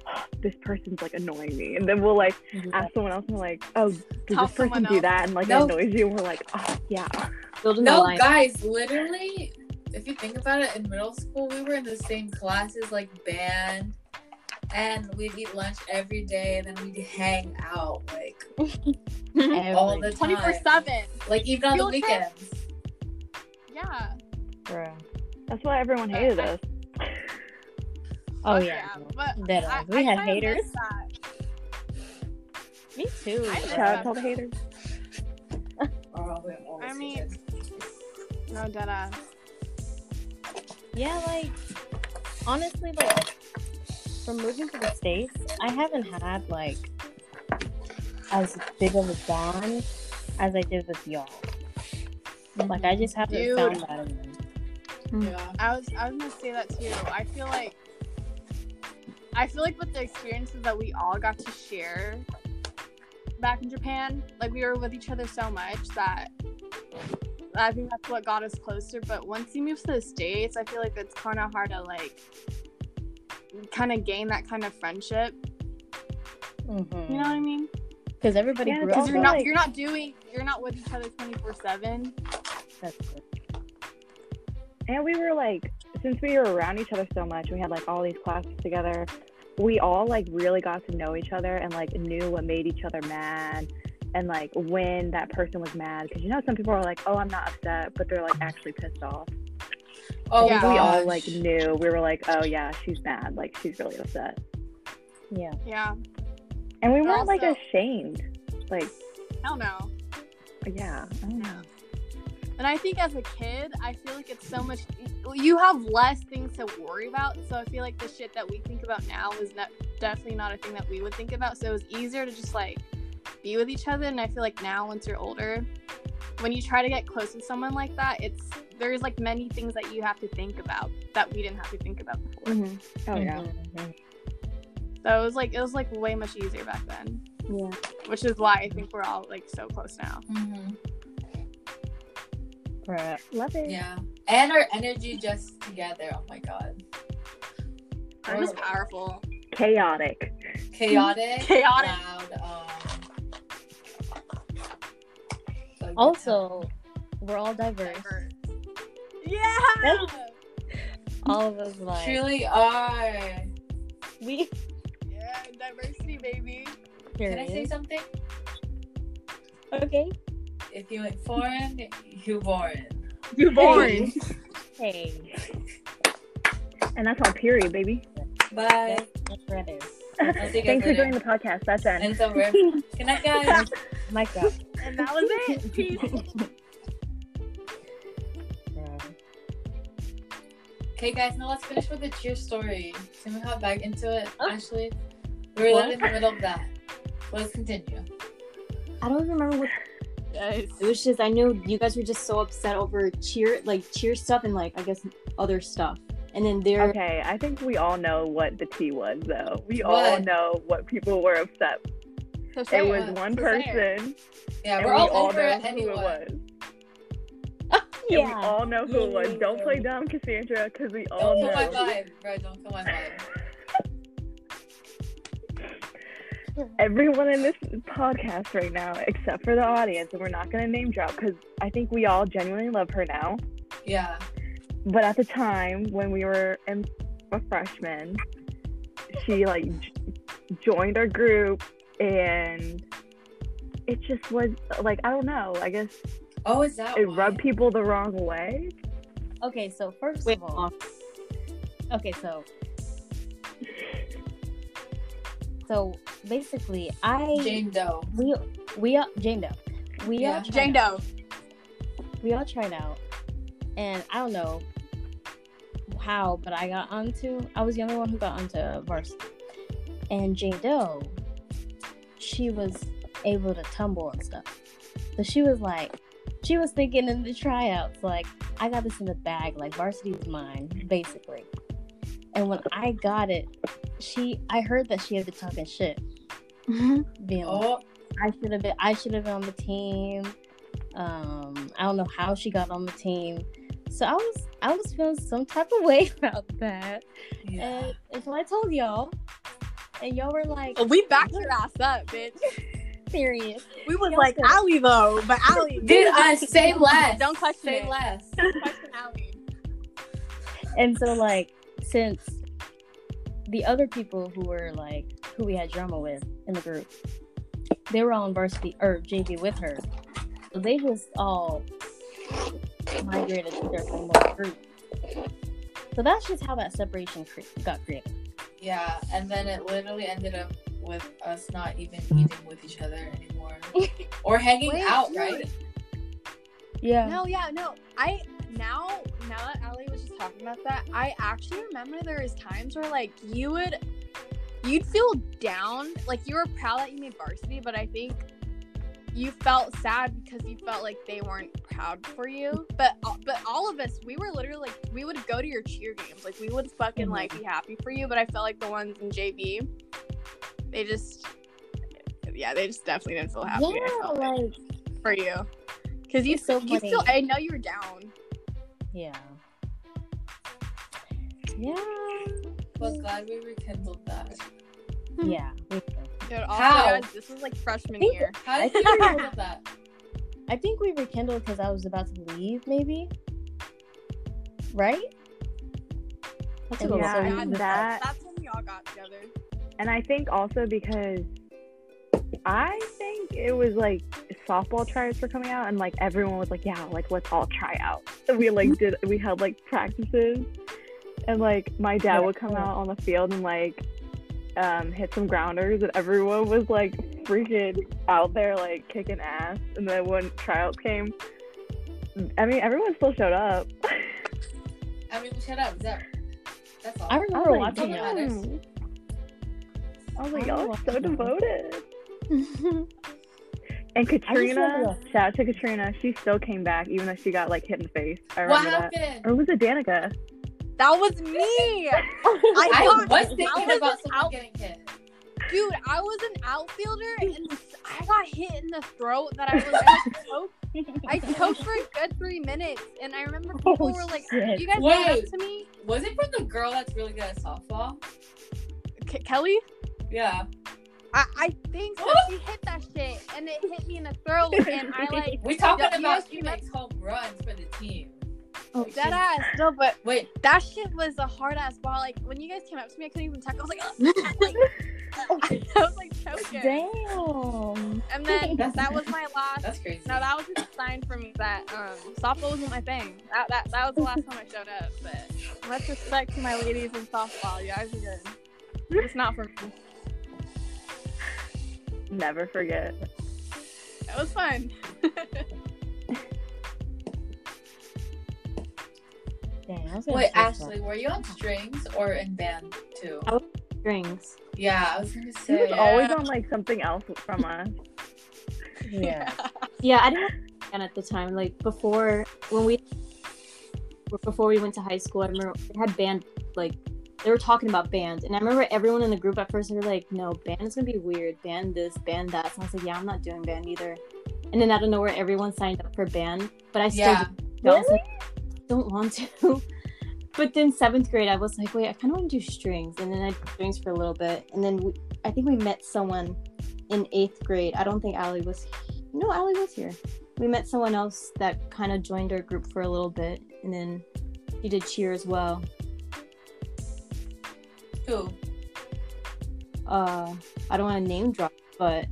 "Oh, "This person's like annoying me," and then we'll like ask someone else and we're like, "Oh, does
Tell
this person
someone
do
else.
that?" And like
No.
it annoys you, and we're like, "Oh yeah."
building the
No,
line.
guys, literally, if you think about it, in middle school we were in the same classes, like band, and we'd eat lunch every day, and then we'd hang out like Mm-hmm. all the time,
24 7.
like even on the
Field trips.
weekends.
Yeah.
That's why everyone
Uh,
hated
I-
us.
Oh yeah.
But
That
I,
we
I
had
kinda
haters.
miss that.
Me too.
I miss
Shout out to all the haters.
Oh, we're always
I mean-
together.
No, deadass.
Yeah, like honestly, like from moving to the states, I haven't had like as big of a bond as I did with y'all. Like I just haven't
Dude.
found that. in them.
yeah.
I was I was gonna say that too. I feel like I feel like with the experiences that we all got to share back in Japan, like we were with each other so much that I think that's what got us closer. But once you move to the states, I feel like it's kind of hard to like kind of gain that kind of friendship.
Mm-hmm.
You know what I mean?
Because everybody
Yeah,
grew
because
up.
Because
Also,
you're not
like-
you're not doing you're not with each other twenty four seven.
with-
And we were like, since we were around each other so much, we had like all these classes together. We all like really got to know each other and like knew what made each other mad and like when that person was mad. Because you know, some people are like, oh, I'm not upset, but they're like actually pissed off.
Oh,
Yeah.
We all
gosh.
like knew. We were like, oh, yeah, she's mad. Like, she's really upset.
Yeah.
Yeah.
And we weren't like
Also-
ashamed. Like,
I don't know.
yeah. I don't know.
And I think as a kid, I feel like it's so much. You have less things to worry about, so I feel like the shit that we think about now is not definitely not a thing that we would think about. So it was easier to just like be with each other. And I feel like now, once you're older, when you try to get close with someone like that, it's there's like many things that you have to think about that we didn't have to think about before.
Mhm.
Oh, yeah.
Mm-hmm.
Mhm.
So it was like it was like way much easier back then,
Yeah.
which is why I think we're all like so close now.
Mhm.
Right.
Love it.
Yeah, and our energy just together. Oh my god,
We're just powerful,
Chaotic.
chaotic,
chaotic.
loud. Um, like,
Also, we're all diverse.
Yeah.
All of us like
truly are.
we.
Yeah, diversity, baby.
Can I say
Period.
something?
Okay.
If you ain't foreign, you born.
You born.
Hey.
And that's on period, baby.
Bye.
That's brothers.
I'll take
Thanks for
everything.
joining the podcast. That's it.
And it's over. Good night, guys.
Mic drop.
And that was it. Peace.
Bruh.
Okay, guys, now let's finish with the cheer story. Can we hop back into it,
Oh.
Ashley? We're
What?
literally in the middle of that. Let's continue.
I don't remember what
Yes.
it was. Just I knew you guys were just so upset over cheer like cheer stuff and like I guess other stuff. And then there.
Okay, I think we all know what the tea was, though. We all
What?
know what people were upset.
So
It
say
was
it.
one
So say it.
person,
Yeah,
and
we're
we
all,
all
over
know
it
who it
anyway.
was. And we
Yeah.
all know who it was.
Yeah.
Don't play dumb, Cassandra, because we all
Don't kill my
know.
vibe, bro. Don't kill my vibe.
everyone in this podcast right now, except for the audience, and we're not going to name drop because I think we all genuinely love her now.
Yeah.
But at the time when we were in, a freshman, she like j- joined our group, and it just was like I don't know. I guess
Oh, is that
it
why?
rubbed people the wrong way.
Okay, so first
Wait,
of all, okay, so so basically, I
Jane Doe?
we we all Jane Doe, we
Yeah.
all tried
Jane
out-
Doe.
we all tried out, and I don't know how, but I got onto. I was the only one who got onto varsity, and Jane Doe, she was able to tumble and stuff, but she was like. She was thinking in the tryouts, like, I got this in the bag, like varsity is mine, basically. And when I got it, she I heard that she had been talking shit. Being like,
Oh,
I should have been I should have been on the team. Um, I don't know how she got on the team. So I was I was feeling some type of way about that.
yeah.
And until I told y'all. And y'all were like
Oh, We backed her ass up, bitch.
serious.
We was
Y'all
like
said-
Allie though, but Allie.
Did I say less?
Don't question
say
it.
less.
Don't question Allie.
And so like since the other people who were like who we had drama with in the group, they were all in varsity or JV with her. So they just all migrated to their own little group. So that's just how that separation cre- got created.
Yeah, and then it literally ended up with us not even eating with each other anymore or hanging
Wait,
out,
no.
right?
Yeah.
No, yeah, no. I now now that Allie was just talking about that, I actually remember there was times where like you would you'd feel down, like you were proud that you made varsity, but I think you felt sad because you felt like they weren't proud for you. But uh, but all of us, we were literally like we would go to your cheer games, like we would fucking
Mm-hmm.
like be happy for you. But I felt like the ones in JV, they just yeah, they just definitely didn't feel happy. I
yeah,
felt like
like
for you because you
It's so
you
funny.
still I know you were down.
yeah. Yeah.
But glad we rekindled that.
Yeah. we did.
Dude, also,
How?
guys, this was like freshman
Think-
year.
How did you rekindle that?
I think we rekindled because I was about to leave, maybe. Right? That's
a Yeah, lot. and that-
that's when we all got together.
And I think also because I think it was like softball tryouts were coming out, and like everyone was like, "Yeah, like let's all try out." And we like did we had like practices, and like my dad would come out on the field and like um, hit some grounders, and everyone was like freaking out there like kicking ass. And then when tryouts came, I mean everyone still showed up.
I mean, shut up. Is that, that's all.
I remember
I was
watching
"Damn."
y'all.
"Hmm." I was like,
I
y'all are Oh so
watched y'all.
devoted. And Katrina,
love
shout out to Katrina. She still came back, even though she got like hit in the face. I
What
remember that.
happened?
Or was it Danica?
That was me.
I,
got-
was
I
thinking
was
about
an
someone
out-
getting hit.
dude. I was an outfielder and I got hit in the throat that I was. I choked, I choked for a good three minutes, and I remember people
Oh,
were like,
shit.
"You guys came
Wait.
up to me,
Was it from the girl that's really good at softball?
K- Kelly."
Yeah.
I, I think so. she hit that shit, and it hit me in the throat, and I like
We're talking
Yeah, you
about
guys
she
came up-
makes home runs for the team.
dead ass. No, but
Wait,
That shit was a hard ass ball. Like when you guys came up to me, I couldn't even talk. I was like, "Oh, like I was like choking.
Damn.
And then
That's-
that was my last.
that's crazy.
No, that was just a sign for me that um, softball wasn't my thing. That, that that was the last time I showed up. But much respect to my ladies in softball. You guys are good. It's not for me.
Never forget.
It was fun.
Damn. I was gonna
Wait,
say something.
Ashley, were you on strings or in band too?
I was- Strings.
Yeah, I was gonna
She was
say.
always on like something else from us.
Yeah.
Yeah, I didn't have band at the time. Like before, when we before we went to high school, I remember they had band. Like they were talking about band, and I remember everyone in the group at first they were like, "No, band is gonna be weird. Band this, band that." So I was like, "Yeah, I'm not doing band either." And then out of nowhere, everyone signed up for band, but I still
Yeah.
didn't. I was like, don't want to. But then seventh grade, I was like, wait, I kind of want to do strings, and then I did strings for a little bit, and then we, I think we met someone in eighth grade. I don't think Allie was. No, Allie was here. We met someone else that kind of joined our group for a little bit, and then she did cheer as well.
Who?
Uh, I don't want to name drop, but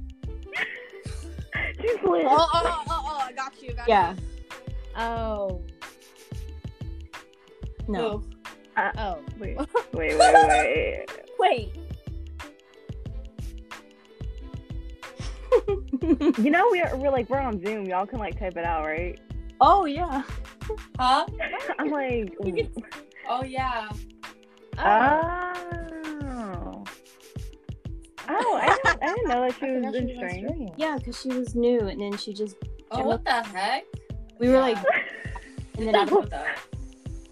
She's lit.
Oh, oh, oh, oh, oh, I got you. Got
yeah,
You.
Oh,
no,
Who?
oh.
Wait, wait, wait, wait.
Wait.
You know we're we're like we're on Zoom. Y'all can like type it out, right?
oh yeah,
Huh?
I'm like,
Oh yeah.
Uh,
Oh.
oh, oh, I didn't, I didn't know that she was in string.
yeah, because she was new, and then she just
Oh what the heck?
we were like, and then I
what the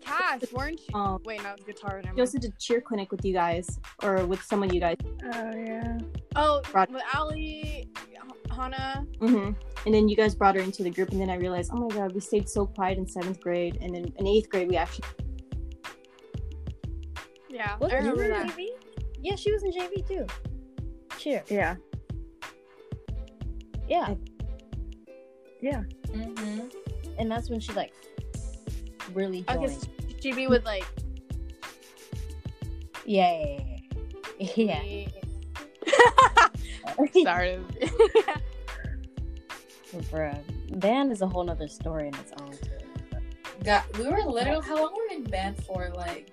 Cass, weren't you?
um,
Wait, no, it's guitar. Never
she
mind.
also did cheer clinic with you guys or with someone you guys,
Oh yeah.
Oh,
Rod-
with Ali, H- Hannah.
hmm and then you guys brought her into the group, and then I realized, oh my god, we stayed so quiet in seventh grade, and then in eighth grade we actually
Yeah,
Was
I
she in
remember that.
JV? Yeah, she was in JV too. Cheer.
Yeah.
Yeah.
hmm
And that's when she like really
Okay,
joined.
so she'd be with like.
Yeah. Yeah.
me.
yeah.
Sorry.
Bruh. Band is a whole nother story in its own. too.
God, we were literally how long were we in band for? Like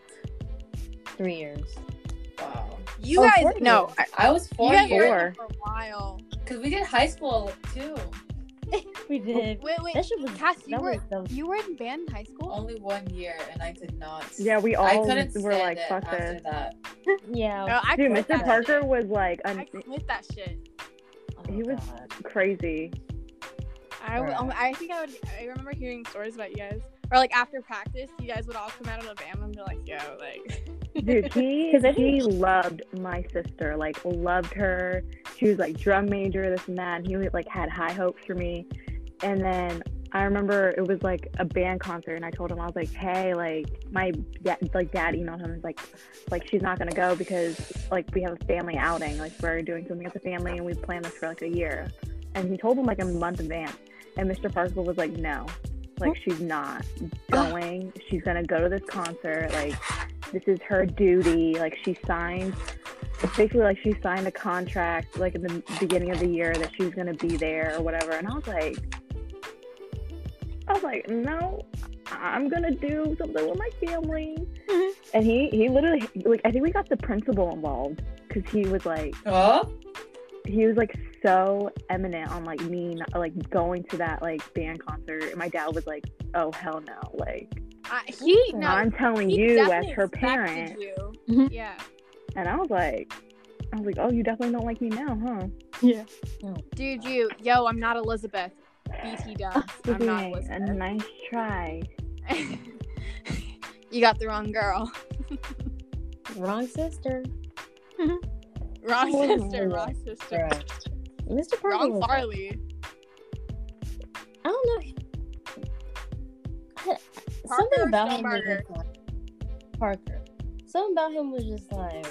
Three years.
wow.
you
Oh,
guys,
four
no, I-
I was four
you guys
years
were for a while.
because we did high school too.
We did.
Wait, wait,
That shit was
Cass, you
that
were
was the-
you were in band in high school.
Only one year, and I could not.
Yeah, we all
I couldn't
were
stand
like,
it
fuck
after
this.
that. Oh,
yeah.
No, I
Dude,
quit
Mr.
that
Parker
shit.
was like um, un-
I quit that shit.
Oh,
he was-
God.
crazy.
I, w-
Bruh.
I think I would. I remember hearing stories about you guys, or like after practice, you guys would all come out of the band and be like, "Yo, like."
Dude, he
'Cause I
he loved my sister, like loved her. She was like drum major, this and that. And he like had high hopes for me. And then I remember it was like a band concert, and I told him I was like, hey, like my da- like dad emailed him and was like, like she's not gonna go because like we have a family outing, like we're doing something as a family, and we planned this for like a year. And he told him like a month advance. And Mr. Parker was like, no, like she's not going. She's gonna go to this concert. Like this is her duty. Like she signed, basically like she signed a contract like in the beginning of the year that she's gonna be there or whatever. And I was like, I was like, no, I'm gonna do something with my family.
Mm-hmm.
And he he literally like I think we got the principal involved because he was like
Huh?
he was like so eminent on like me not, like going to that like band concert and my dad was like oh hell no like
I, he no,
i'm telling
he
you as
definitely
her
expected
parent
you.
Mm-hmm.
Mhm.
Yeah.
and i was like i was like oh you definitely don't like me now huh
Dude, you, yo, I'm not Elizabeth. BT does. I'm not
Okay, a
Elizabeth.
nice try
you got the wrong girl.
Wrong sister.
Wrong
Oh,
sister.
yeah.
Wrong sister.
Bruh. Mr. Parker.
Wrong
was-
Farley.
I don't know. I-
Parker
Something
or
about him. Was
Stonebarger?
just like, Parker. Something about him was just like.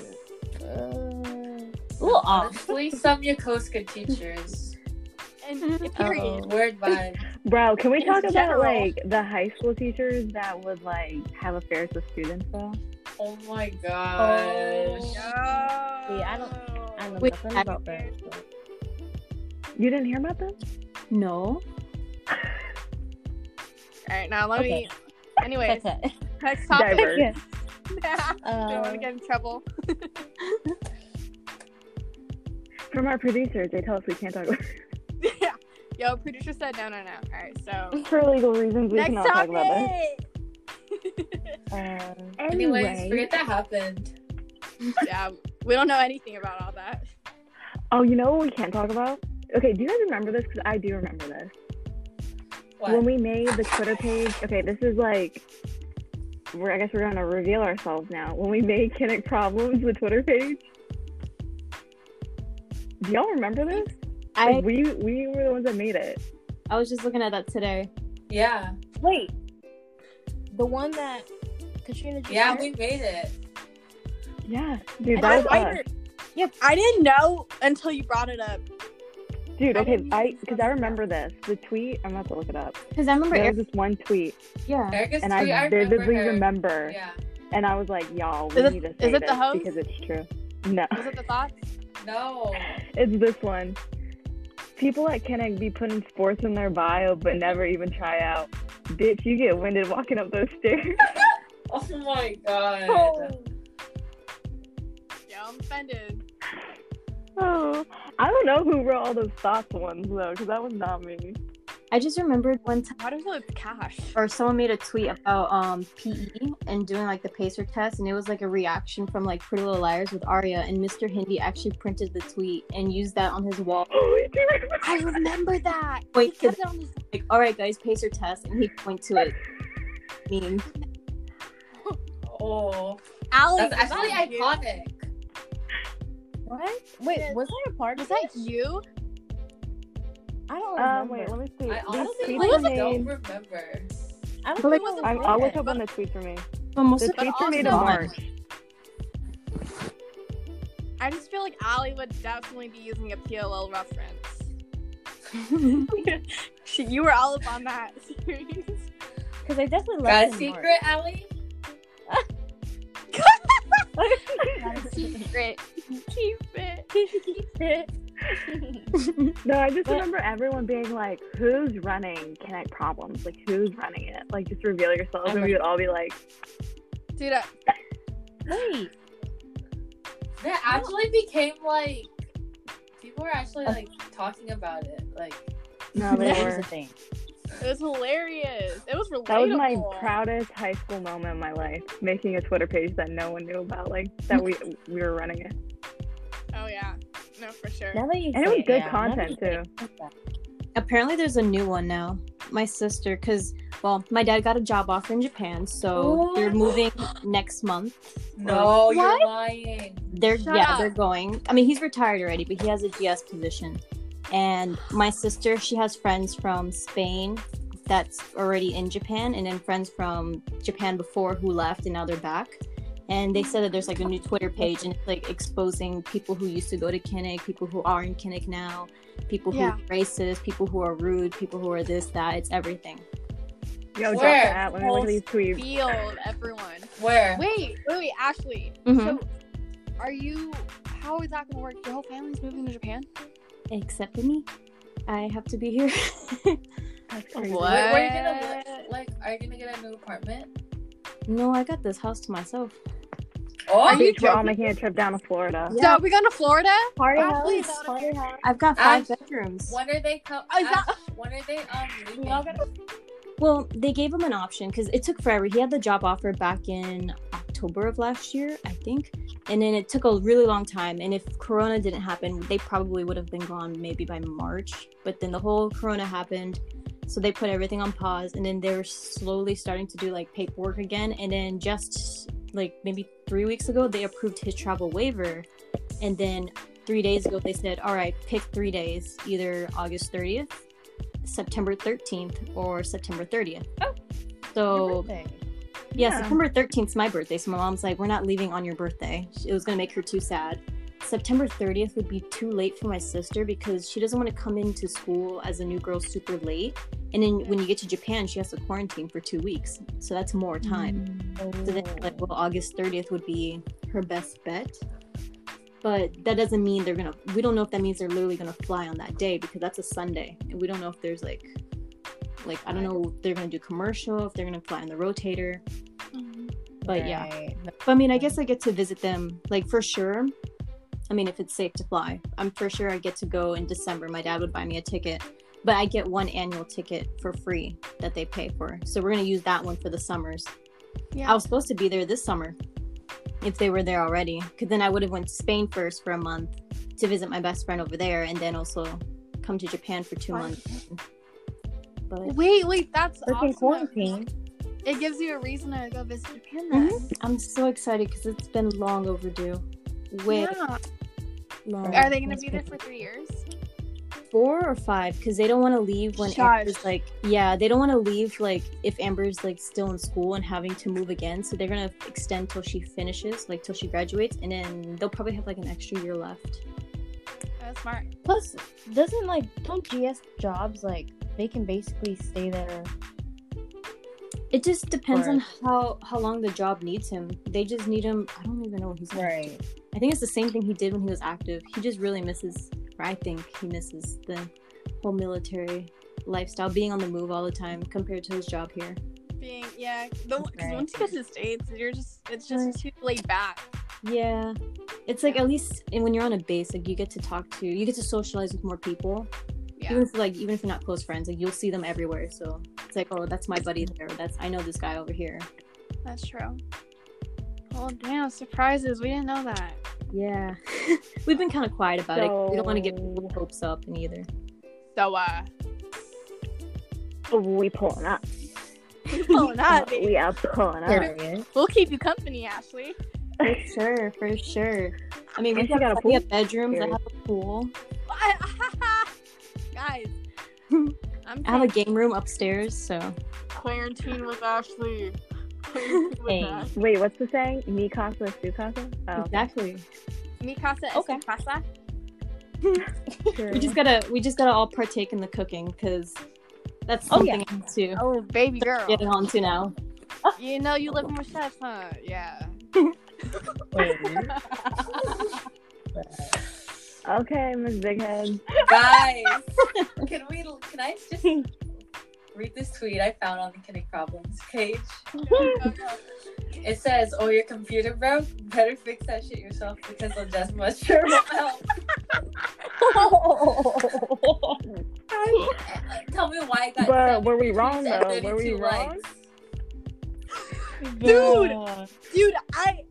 Uh, a little off.
Honestly, some Yokosuka teachers. Oh,
And period.
Weird vibe.
bro can we
In
talk about
general.
like the high school teachers that would like have affairs with students though
Oh my gosh.
Oh.
No.
See, I don't- I know
Wait,
nothing
I-
about that. but-
you didn't hear about them
no,
All right, now let me. Anyways,
That's it.
next topic.
Diverse.
Don't want
Uh,
to get in trouble.
from our producers they tell us we can't talk about
yeah. Yo, producer said no, no, no. All right, so.
for legal reasons we
next
cannot
topic.
talk about this
um,
Anyways,
Anyway.
forget that happened.
yeah, we don't know anything about all that.
Oh, you know what we can't talk about? Okay, do you guys remember this? Because I do remember this.
What?
When we made the Twitter page, okay, this is like, we're, I guess we're going to reveal ourselves now. When we made Kinnick Problems, the Twitter page, do y'all remember this?
I
Like, we, we were the ones that made it.
I was just looking at that today.
yeah.
wait, the one that Katrina just
Yeah,
said?
we made it.
Yeah, dude,
I
that was
wonder-
us.
I didn't know until you brought it up.
Dude,
I
okay,
didn't
I
even
because I
know
remember this. The tweet. I'm about to look it up.
Because I remember,
There was
Eric,
this one tweet,
yeah,
Erica's
and
tweet,
I vividly
her.
remember.
Yeah.
And I was like, y'all, we
Is it-
need to
is
say
it the
this
hose?
because it's true. No,
Was it the thoughts?
No.
it's this one. People at Kenneck be putting sports in their bio, but never even try out. Bitch, you get winded walking up those stairs.
Oh my god.
Oh.
Yeah, I'm offended.
oh, I don't know who wrote all those thoughts ones though, because that was not me.
I just remembered one time.
Why do I feel it's cash?
Or someone made a tweet about um,
E
PE and doing like the pacer test, and it was like a reaction from like Pretty Little Liars with Arya, and Mr. Hindi actually printed the tweet and used that on his wall.
Oh, I do
I remember that.
Wait,
He
to
kept it on his-
like, all right, guys, pacer test, and he'd point to it. Mean.
Oh.
Allie,
That's
was
actually
that you?
iconic.
What? Wait,
Yes.
was I a part
Was
of
that you?
I don't
Um,
remember.
wait, let me see.
I
These
honestly
tweets
like,
were
don't
made-
remember.
I don't
But,
think
like,
it was a
I-
part.
I'll look up on the tweet for me.
But most
The
of
But
tweets were made in
also-
March.
I just feel like Allie would definitely be using a PLL reference. She- you were all up on that series.
Because I definitely
Got
left
a
in
secret, Allie?
Secret. Keep it.
March.
No, I just
But-
remember everyone being like, "Who's running Connect Problems? Like, who's running it? Like, just reveal yourself."
I'm
and we would all be like,
Dude, I-
wait,
That actually became like people were actually
Uh.
like talking about it. Like
"No, they
that was
were."
a thing.
it was hilarious. It was relatable.
That was my proudest high school moment in my life, making a Twitter page that no one knew about, like that we we were running it,
Oh, yeah. No, for sure.
Now that you
and it
say
was good
yeah, now that you
content too.
Apparently, there's a new one now. My sister, because well, my dad got a job offer in Japan, so
What?
they're moving next month.
No,
What?
you're lying.
They're
Shut
yeah,
up.
they're going. I mean, he's retired already, but he has a GS position. And my sister, she has friends from Spain that's already in Japan, and then friends from Japan before who left and now they're back. And they said that there's like a new Twitter page and it's like exposing people who used to go to Kinnick, people who are in Kinnick now, people who
Yeah.
are racist, people who are rude, people who are this, that. It's everything.
Yo, drop
Where?
that. Let me look at these tweets.
Field, everyone.
Where?
Wait, wait, wait, Ashley.
Mm-hmm.
Mhm.
So, are you? How is that gonna work? Your whole family's moving to Japan.
Except for me. I have to be here.
That's crazy.
What? Where, where you gonna
What?
like? Are you gonna get a new apartment?
no, I got this house to myself.
Oh,
Are you
Bitch, we're all making a trip down to Florida.
Yeah.
So we going to Florida?
Party
Ashley,
house,
is that
party house.
I've got five
Ash-
bedrooms.
When are they come?
Oh, is that-
Ash, when are they um leaving?
all gonna-
Well, they gave him an option because it took forever. He had the job offer back in October of last year, I think. And then it took a really long time. And if Corona didn't happen, they probably would have been gone maybe by March. But then the whole Corona happened. So they put everything on pause. And then they were slowly starting to do like paperwork again. And then just like maybe three weeks ago, they approved his travel waiver. And then three days ago, they said, all right, pick three days, either August 30th September 13th or September 30th.
Oh.
So,
Everything.
yeah,
Yeah.
September 13th is my birthday. So, my mom's like, we're not leaving on your birthday. She- It was going to make her too sad. September 30th would be too late for my sister because she doesn't want to come into school as a new girl super late. And then when you get to Japan, she has to quarantine for two weeks. So, that's more time. So then, like, well, August 30th would be her best bet. But that doesn't mean they're gonna. We don't know if that means they're literally gonna fly on that day because that's a Sunday, and we don't know if there's like, like I don't know if they're gonna do commercial, if they're gonna fly on the rotator.
Mm-hmm.
But yeah,
Right.
but I mean, I guess I get to visit them like for sure. I mean, if it's safe to fly, I'm for sure I get to go in December. My dad would buy me a ticket, but I get one annual ticket for free that they pay for. So we're gonna use that one for the summers.
Yeah.
I was supposed to be there this summer if they were there already because then I would have went to Spain first for a month to visit my best friend over there and then also come to Japan for two
Fun.
months. But
Wait, wait, that's
Freaking
awesome.
quarantine.
It gives you a reason to go visit Japan then.
Mm-hmm.
I'm so excited because it's been long overdue. Way
Yeah.
long.
Are they gonna be there for three years?
four or five because they don't want to leave when
Shush.
Amber's like, yeah, they don't want to leave like if Amber's like still in school and having to move again. So they're gonna extend till she finishes, like till she graduates, and then they'll probably have like an extra year left.
That's smart.
Plus, doesn't like don't GS jobs like they can basically stay there?
It just depends on
Right.
how how long the job needs him. They just need him. I don't even know what he's gonna do. I think it's the same thing he did when he was active. He just really misses, or I think he misses the whole military lifestyle, being on the move all the time compared to his job here.
Being yeah, because
Right.
once you get to the states, you're just it's just too laid back.
Yeah. It's like at least and when you're on a base, like you get to talk to, you get to socialize with more people. Even
Yeah,
if like even if you're not close friends, like you'll see them everywhere. So it's like, oh, that's my buddy there. That's I know this guy over here.
that's true. Oh damn, surprises! We didn't know that.
Yeah. We've been kind of quiet about it. We don't want to get
So-
people's hopes up and either.
So uh,
We pulling up.
oh, not,
we are pulling up.
Period.
we'll keep you company, Ashley.
For sure, for sure. I mean, we
Don't you
have,
got a
plenty
pool?
of bedrooms. I
Period.
have a pool.
Guys, I'm
I have a game room upstairs, so
quarantine with Ashley. Quarantine with
Hey.
Ash-
Wait, what's the saying? Me casa, su casa? Oh,
exactly.
Mi casa es
Okay.
tu casa.
true.
We just gotta we just gotta all partake in the cooking because that's
Oh, yeah.
something I'm to
Oh, baby girl.
get on to now.
You know you living with chefs, huh? Yeah.
Okay, Miss Big Head.
Guys, can we? Can I just
Hmm.
read this tweet I found on the Kinetic Problems page? It says, "Oh, your computer broke. Better fix that shit yourself because I'm just much for help."
Oh.
Tell me why it got.
But
seven
were we
retweets
wrong,
and
though? Were we
32
wrong?
likes.
Dude! Dude, I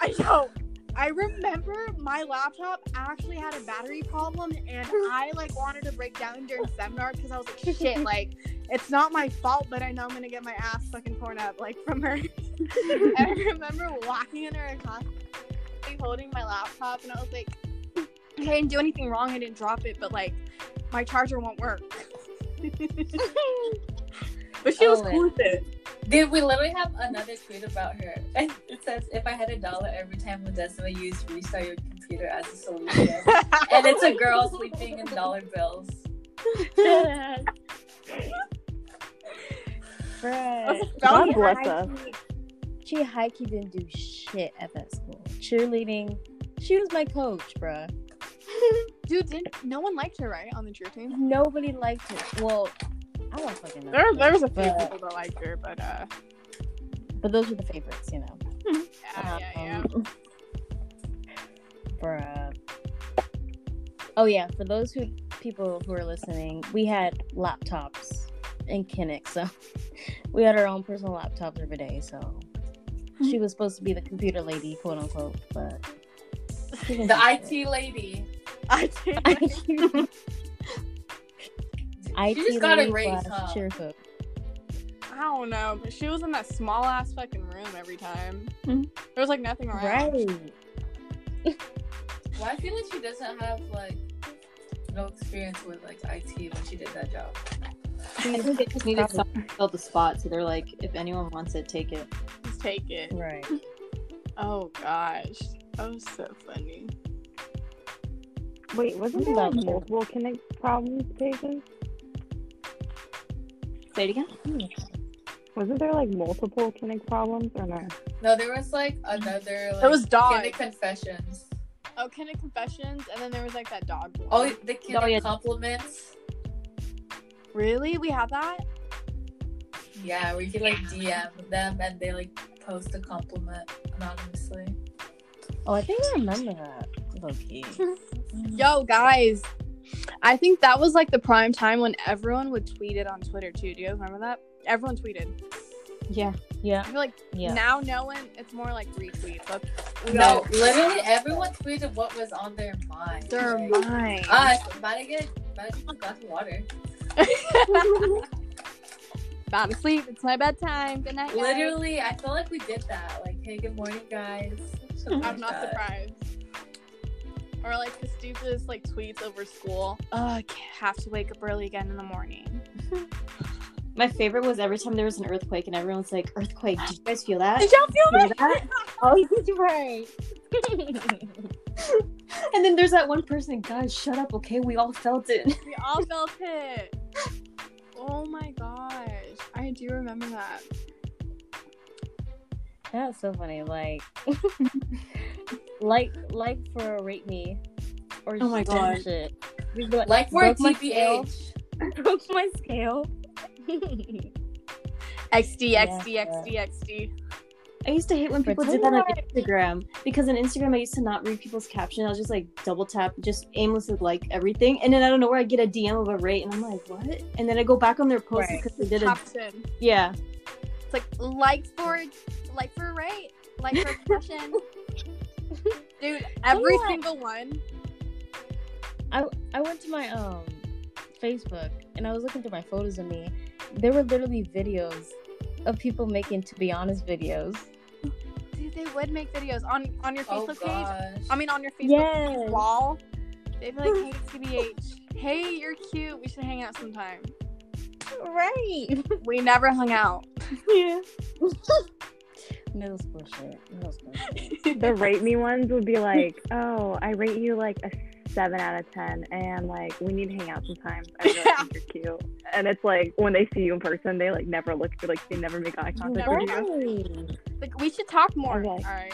I know. I remember my laptop actually had a battery problem and I like wanted to break down during seminar because I was like, shit, like it's not my fault, but I know I'm gonna get my ass fucking torn up like from her. and I remember walking into her class like, holding my laptop and I was like, okay, I didn't do anything wrong, I didn't drop it, but like my charger won't work. but she was
Owen.
cool with it.
Dude, we literally have another tweet about her. It says, "If I had a dollar every time Ledesma used restart your computer as a solution," and it's a girl sleeping in dollar bills.
God
She
bless us.
high-key- She high key didn't do shit at that school. Cheerleading. She was my coach, bruh.
Dude, didn't no one liked her, right? On the cheer team?
Nobody liked her. Well, I don't fucking know.
There, there was a few
but,
people that liked her, but uh,
but those were the favorites, you know.
yeah, yeah, Oh, yeah.
Um, Bruh. uh, Oh yeah, for those who people who are listening, we had laptops in Kinnick, so we had our own personal laptops every day. So she was supposed to be the computer lady, quote unquote, but she didn't
The
do shit.
IT lady.
I did.
IT
She just got a
lady
raise,
slash
huh?
cheer cook.
I don't know, but she was in that small ass fucking room every time.
Mhm.
There was like nothing around.
Right.
Well, I feel like she doesn't have like no experience with like IT when she did that job.
I think they just needed someone to fill the spot, so they're like, if anyone wants it, take it.
Just take it.
Right.
Oh gosh, that was so funny.
Wait, wasn't there like multiple connect problems pages?
Say it again.
Wasn't there like multiple connect problems or no?
No, there was like another. Like,
There was dog.
Kinda confessions.
Oh, kind of confessions, and then there was like that dog. one.
Oh, the kinda
Oh, yeah.
compliments.
really? We had that?
Yeah, where you could like DM them and they like post a compliment anonymously.
Oh, I think I remember that. Loki.
Yo, guys, I think that was like the prime time when everyone would tweet it on Twitter too. Do you guys remember that? Everyone tweeted.
Yeah.
Yeah.
I feel like
Yeah.
now no one. It's more like retweets. That's
No, literally everyone tweeted what was on their mind.
They're
Like,
mine.
Us, about to get, about to get a glass of water.
About to sleep. It's my bedtime. Good night. guys.
Literally, I feel like we did that. Like, hey, good morning, guys. Something
I'm
like
not
that.
surprised. Or or like the stupidest like tweets over school. Oh, I can't have to wake up early again in the morning.
My favorite was every time there was an earthquake and everyone's like, "Earthquake! Did you guys feel that?"
Did y'all feel
Feel
that?
that? oh, you did right. and then there's that one person. Guys, shut up. Okay, we all felt it.
we all felt it. Oh my gosh, I do remember that.
That's so funny. Like, like, like for a rate me or
Oh my
some
God.
shit. We go-
Like for a
broke my scale.
TBH.
broke my scale.
XD,
Yeah.
XD, XD, XD.
I used to hate when people did that on Instagram because on Instagram I used to not read people's caption. I was just like double tap, just aimlessly like everything, and then I don't know where I get a DM of a rate, and I'm like, what? And then I go back on their post
Right.
because they did a
Caption.
yeah.
It's like like for like for right, like for depression. Dude, every
Yeah.
single one.
I went to my um Facebook and I was looking through my photos of me. There were literally videos of people making to be honest videos.
Dude, they would make videos on on your
Oh
Facebook page.
gosh.
I mean, on your Facebook
Yes.
wall. They'd be like, "Hey, TBH. Hey, you're cute. We should hang out sometime."
Right.
We never hung out.
Yeah.
Middle school shit. Middle school shit.
The rate me ones would be like, oh, I rate you like a seven out of ten, and like we need to hang out sometimes. I really think you're cute. And it's like when they see you in person, they like never look, like they never make eye contact
Never.
with you.
Like, we should talk more.
Okay.
All right.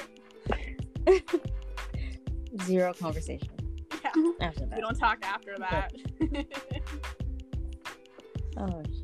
Zero conversation
Yeah.
after
We
that.
don't talk after that.
Oh shit.